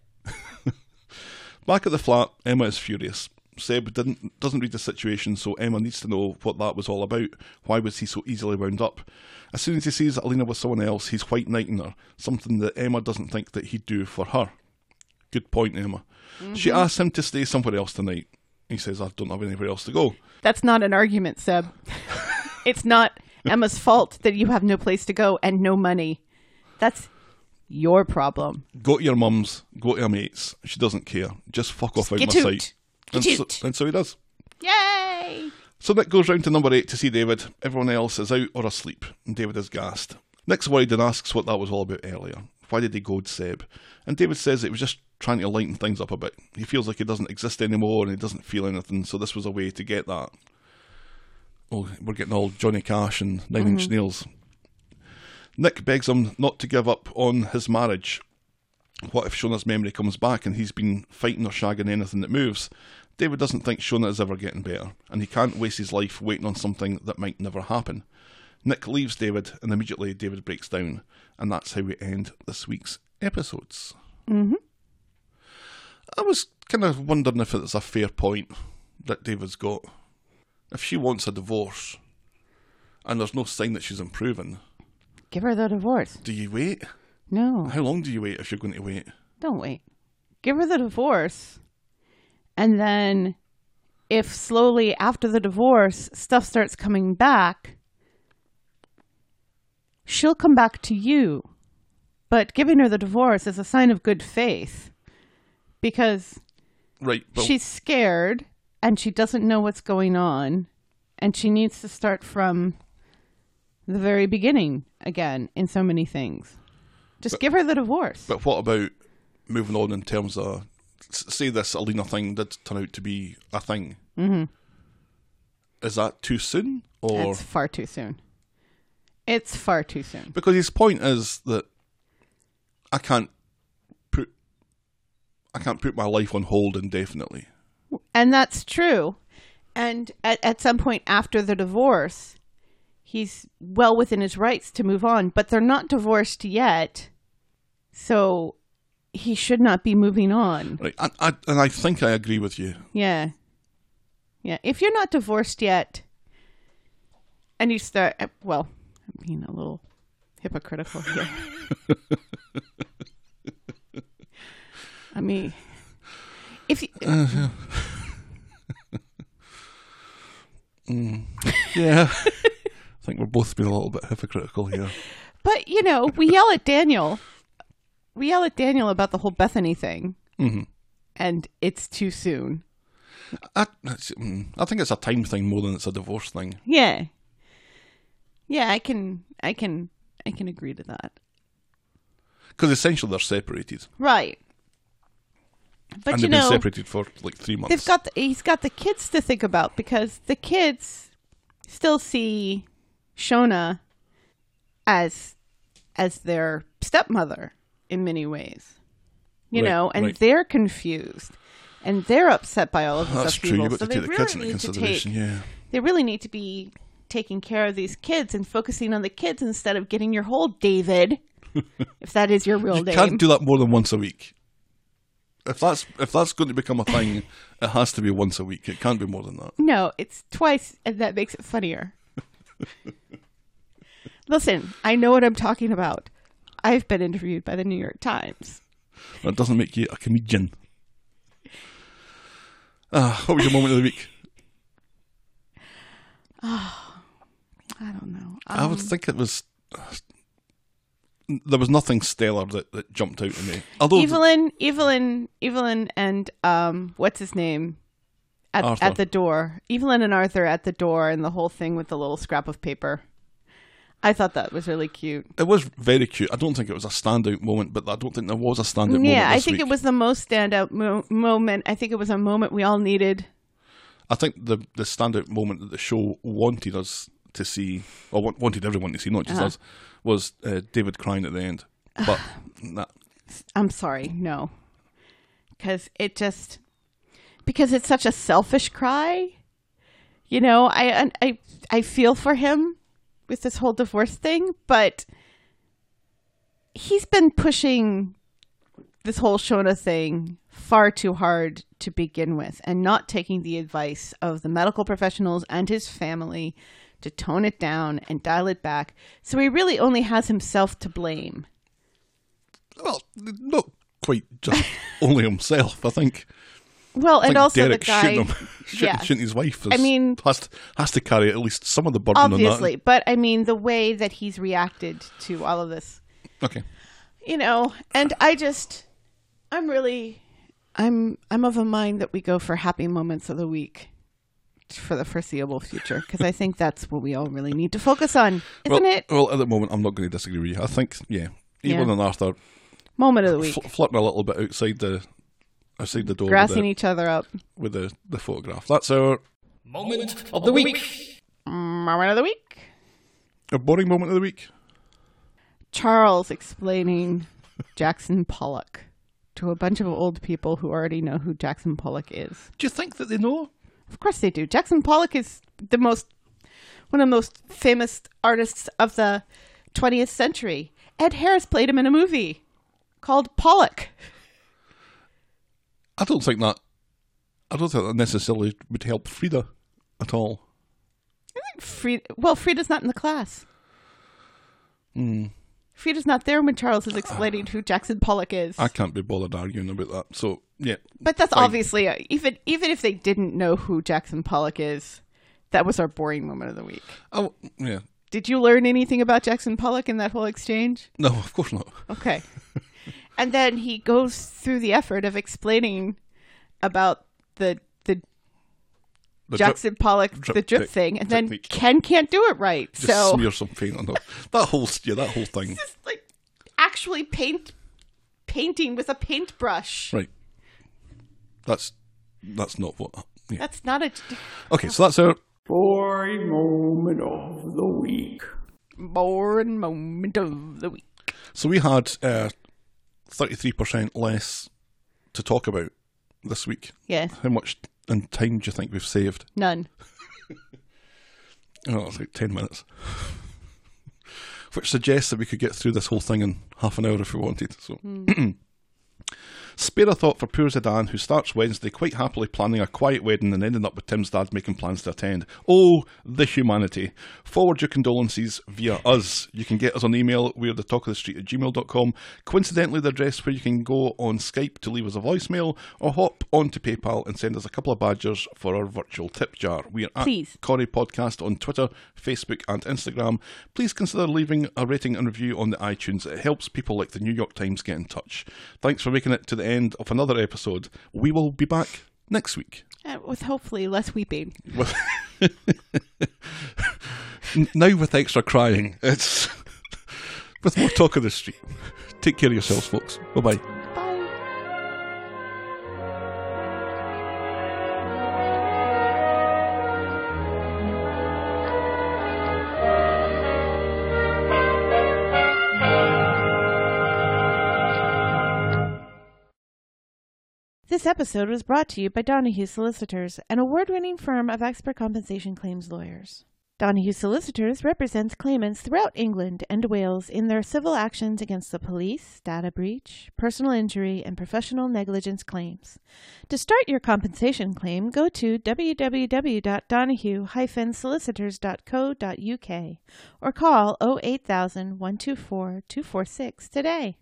[SPEAKER 4] Back at the flat, Emma is furious. Seb didn't, doesn't read the situation, so Emma needs to know what that was all about. Why was he so easily wound up? As soon as he sees that Alina was someone else, he's white knighting her, something that Emma doesn't think that he'd do for her. Good point, Emma. She asks him to stay somewhere else tonight. He says, I don't have anywhere else to go.
[SPEAKER 1] That's not an argument, Seb. it's not Emma's fault that you have no place to go and no money. That's your problem.
[SPEAKER 4] Go to your mum's, go to your mates. She doesn't care. Just fuck off out
[SPEAKER 1] Get
[SPEAKER 4] my
[SPEAKER 1] out.
[SPEAKER 4] sight. And
[SPEAKER 1] Get
[SPEAKER 4] so,
[SPEAKER 1] out.
[SPEAKER 4] and so he does.
[SPEAKER 1] Yay!
[SPEAKER 4] So Nick goes round to number eight to see David. Everyone else is out or asleep, and David is gassed. Nick's worried and asks what that was all about earlier. Why did he goad Seb? And David says it was just trying to lighten things up a bit. He feels like he doesn't exist anymore and he doesn't feel anything, so this was a way to get that. Oh, we're getting all Johnny Cash and 9 Inch Nails. Nick begs him not to give up on his marriage. What if Shona's memory comes back and he's been fighting or shagging anything that moves? David doesn't think Shona is ever getting better, and he can't waste his life waiting on something that might never happen. Nick leaves David, and immediately David breaks down, and that's how we end this week's episodes. Mm-hmm. I was kind of wondering if it's a fair point that David's got. If she wants a divorce, and there's no sign that she's improving,
[SPEAKER 1] Give her the divorce.
[SPEAKER 4] do you wait?
[SPEAKER 1] No,
[SPEAKER 4] How long do you wait if you're going to wait?
[SPEAKER 1] don't wait.
[SPEAKER 7] Give her the divorce.
[SPEAKER 1] And then, if slowly after the divorce stuff starts coming back, she'll come back to you. But giving her the divorce is a sign of good faith because
[SPEAKER 4] Right, but
[SPEAKER 1] she's scared and she doesn't know what's going on and she needs to start from the very beginning again in so many things just give her the divorce
[SPEAKER 4] But what about moving on in terms of s- say this Alina thing did turn out to be a thing? Mm-hmm. Is that too soon, or
[SPEAKER 1] it's far too soon it's far too soon
[SPEAKER 4] because his point is that I can't put I can't put my life on hold indefinitely.
[SPEAKER 1] and that's true and at, at some point after the divorce he's well within his rights to move on but they're not divorced yet so he should not be moving on
[SPEAKER 4] Right, and I and I think I agree with you.
[SPEAKER 1] Yeah. Yeah. If you're not divorced yet and you start, uh, well, I'm being a little hypocritical here. I mean, if you,
[SPEAKER 4] Yeah. I think we're both being a little bit hypocritical here.
[SPEAKER 1] but you know, we yell at Daniel, we yell at Daniel about the whole Bethany thing, and it's too soon.
[SPEAKER 4] I, that's- mm, I think it's a time thing more than it's a divorce thing.
[SPEAKER 1] Yeah. Yeah, I can, I can, I can agree to that.
[SPEAKER 4] Because essentially they're separated.
[SPEAKER 1] Right. But
[SPEAKER 4] and
[SPEAKER 1] you
[SPEAKER 4] they've
[SPEAKER 1] know,
[SPEAKER 4] been separated for like three months.
[SPEAKER 1] they've got the, he's got the kids to think about because the kids still see Shona as as their stepmother in many ways. You
[SPEAKER 4] Right,
[SPEAKER 1] know, and
[SPEAKER 4] right.
[SPEAKER 1] they're confused and they're upset by all of this
[SPEAKER 4] That's true.
[SPEAKER 1] upheaval.
[SPEAKER 4] You've got
[SPEAKER 1] so
[SPEAKER 4] to
[SPEAKER 1] they
[SPEAKER 4] take the
[SPEAKER 1] really
[SPEAKER 4] kids into
[SPEAKER 1] need to
[SPEAKER 4] consideration.
[SPEAKER 1] take-
[SPEAKER 4] Yeah.
[SPEAKER 1] They really need to be taking care of these kids and focusing on the kids instead of getting your whole David, if that is your real
[SPEAKER 4] You
[SPEAKER 1] name.
[SPEAKER 4] can't do that more than once a week. If that's if that's going to become a thing, it has to be once a week. It can't be more than that.
[SPEAKER 1] No, it's twice, and that makes it funnier. Listen, I know what I'm talking about. I've been interviewed by the New York Times.
[SPEAKER 4] That doesn't make you a comedian. Ah, what was your moment of the week?
[SPEAKER 1] I don't know. Um,
[SPEAKER 4] I would think it was. There was nothing stellar that, that jumped out at me. Although
[SPEAKER 1] Evelyn, Evelyn, Evelyn, and um, what's his name at,
[SPEAKER 4] Arthur.
[SPEAKER 1] at the door? Evelyn and Arthur at the door, and the whole thing with the little scrap of paper. I thought that was really cute.
[SPEAKER 4] it was very cute. I don't think it was a standout moment, but I don't think there was a standout moment.
[SPEAKER 1] yeah, I
[SPEAKER 4] this
[SPEAKER 1] think
[SPEAKER 4] week.
[SPEAKER 1] it was the most standout mo- moment. I think it was a moment we all needed.
[SPEAKER 4] I think the the standout moment that the show wanted us to see, or wa- wanted everyone to see, not just
[SPEAKER 1] Uh-huh.
[SPEAKER 4] us, was uh, David crying at the end. But that,
[SPEAKER 1] I'm sorry, no. Because it just, because it's such a selfish cry. You know, I, I, I feel for him with this whole divorce thing, but he's been pushing this whole Shona thing far too hard to begin with and not taking the advice of the medical professionals and his family to tone it down and dial it back. So he really only has himself to blame.
[SPEAKER 4] well, not quite just only himself. I think.
[SPEAKER 1] Well,
[SPEAKER 4] I
[SPEAKER 1] and
[SPEAKER 4] think
[SPEAKER 1] also
[SPEAKER 4] Derek
[SPEAKER 1] the guy,
[SPEAKER 4] shooting him, shooting,
[SPEAKER 1] yeah,
[SPEAKER 4] shooting his wife. Is,
[SPEAKER 1] I mean-
[SPEAKER 4] has to, has to carry at least some of the burden
[SPEAKER 1] obviously. But I mean, the way that he's reacted to all of this,
[SPEAKER 4] on that. Okay,
[SPEAKER 1] you know, and I just, I'm really, I'm, I'm of a mind that we go for happy moments of the week for the foreseeable future because I think that's what we all really need to focus on, isn't
[SPEAKER 4] well,
[SPEAKER 1] it?
[SPEAKER 4] well, at the moment, I'm not going to disagree with you. I think, yeah,
[SPEAKER 1] Yeah.
[SPEAKER 4] Evelyn and Arthur
[SPEAKER 1] Moment of the week,
[SPEAKER 4] fl- flirting a little bit outside the outside the door with
[SPEAKER 1] grassing
[SPEAKER 4] the,
[SPEAKER 1] each other up.
[SPEAKER 4] with the the photograph. That's our,
[SPEAKER 8] Moment of the week.
[SPEAKER 1] Moment of the week,
[SPEAKER 4] our boring moment of the week.
[SPEAKER 1] Charles explaining Jackson Pollock to a bunch of old people who already know who Jackson Pollock is.
[SPEAKER 4] Do you think that they know?
[SPEAKER 1] Of course they do. Jackson Pollock is the most one of the most famous artists of the 20th century. Ed Harris played him in a movie called Pollock.
[SPEAKER 4] I don't think that. I don't think that necessarily would help Frida at all.
[SPEAKER 1] Frida, well, Frida's not in the class.
[SPEAKER 4] Hmm.
[SPEAKER 1] Frida's not there when Charles is explaining who Jackson Pollock is.
[SPEAKER 4] I can't be bothered arguing about that. So yeah,
[SPEAKER 1] But that's
[SPEAKER 4] Like-
[SPEAKER 1] obviously even even if they didn't know who Jackson Pollock is, that was our boring moment of the week.
[SPEAKER 4] I w- Oh, yeah.
[SPEAKER 1] Did you learn anything about Jackson Pollock in that whole exchange?
[SPEAKER 4] No, of course not.
[SPEAKER 1] Okay. and then he goes through the effort of explaining about the the
[SPEAKER 4] The drip-
[SPEAKER 1] Jackson Pollock
[SPEAKER 4] drip
[SPEAKER 1] the drip
[SPEAKER 4] tech-
[SPEAKER 1] thing, and then
[SPEAKER 4] technique.
[SPEAKER 1] Ken can't do it right.
[SPEAKER 4] just
[SPEAKER 1] so
[SPEAKER 4] smear some paint on her. That whole yeah, that whole thing.
[SPEAKER 1] just like actually paint painting with a paintbrush.
[SPEAKER 4] Right. That's that's not what. Yeah.
[SPEAKER 1] That's not a
[SPEAKER 4] Okay, so that's our
[SPEAKER 9] Boy moment of the week.
[SPEAKER 1] boring moment of the week.
[SPEAKER 4] So we had thirty three percent less to talk about this week.
[SPEAKER 1] Yes,
[SPEAKER 4] How much in time do you think we've saved?
[SPEAKER 1] none.
[SPEAKER 4] Oh, it's like ten minutes. Which suggests that we could get through this whole thing in half an hour if we wanted. So Spare a thought for poor Zidane, who starts Wednesday quite happily planning a quiet wedding and ending up with Tim's dad making plans to attend. Oh, the humanity. Forward your condolences via us. You can get us on email, we're the talk of the street at gmail.com. Coincidentally, the address where you can go on Skype to leave us a voicemail or hop onto PayPal and send us a couple of badgers for our virtual tip jar. We are
[SPEAKER 1] Please.
[SPEAKER 4] at Corey Podcast on Twitter, Facebook, and Instagram. Please consider leaving a rating and review on the iTunes. It helps people like the New York Times get in touch. Thanks for making it to the end of another episode. We will be back next week.
[SPEAKER 1] Uh, with hopefully less weeping.
[SPEAKER 4] With- N- now with extra crying. It's with more talk of the street. Take care of yourselves, folks. Bye bye.
[SPEAKER 1] Bye.
[SPEAKER 5] This episode was brought to you by Donahue Solicitors, an award winning firm of expert compensation claims lawyers. Donahue Solicitors represents claimants throughout England and Wales in their civil actions against the police, data breach, personal injury, and professional negligence claims. To start your compensation claim, go to oh www.donahue-solicitors.co.uk or call 08000 124 246 today.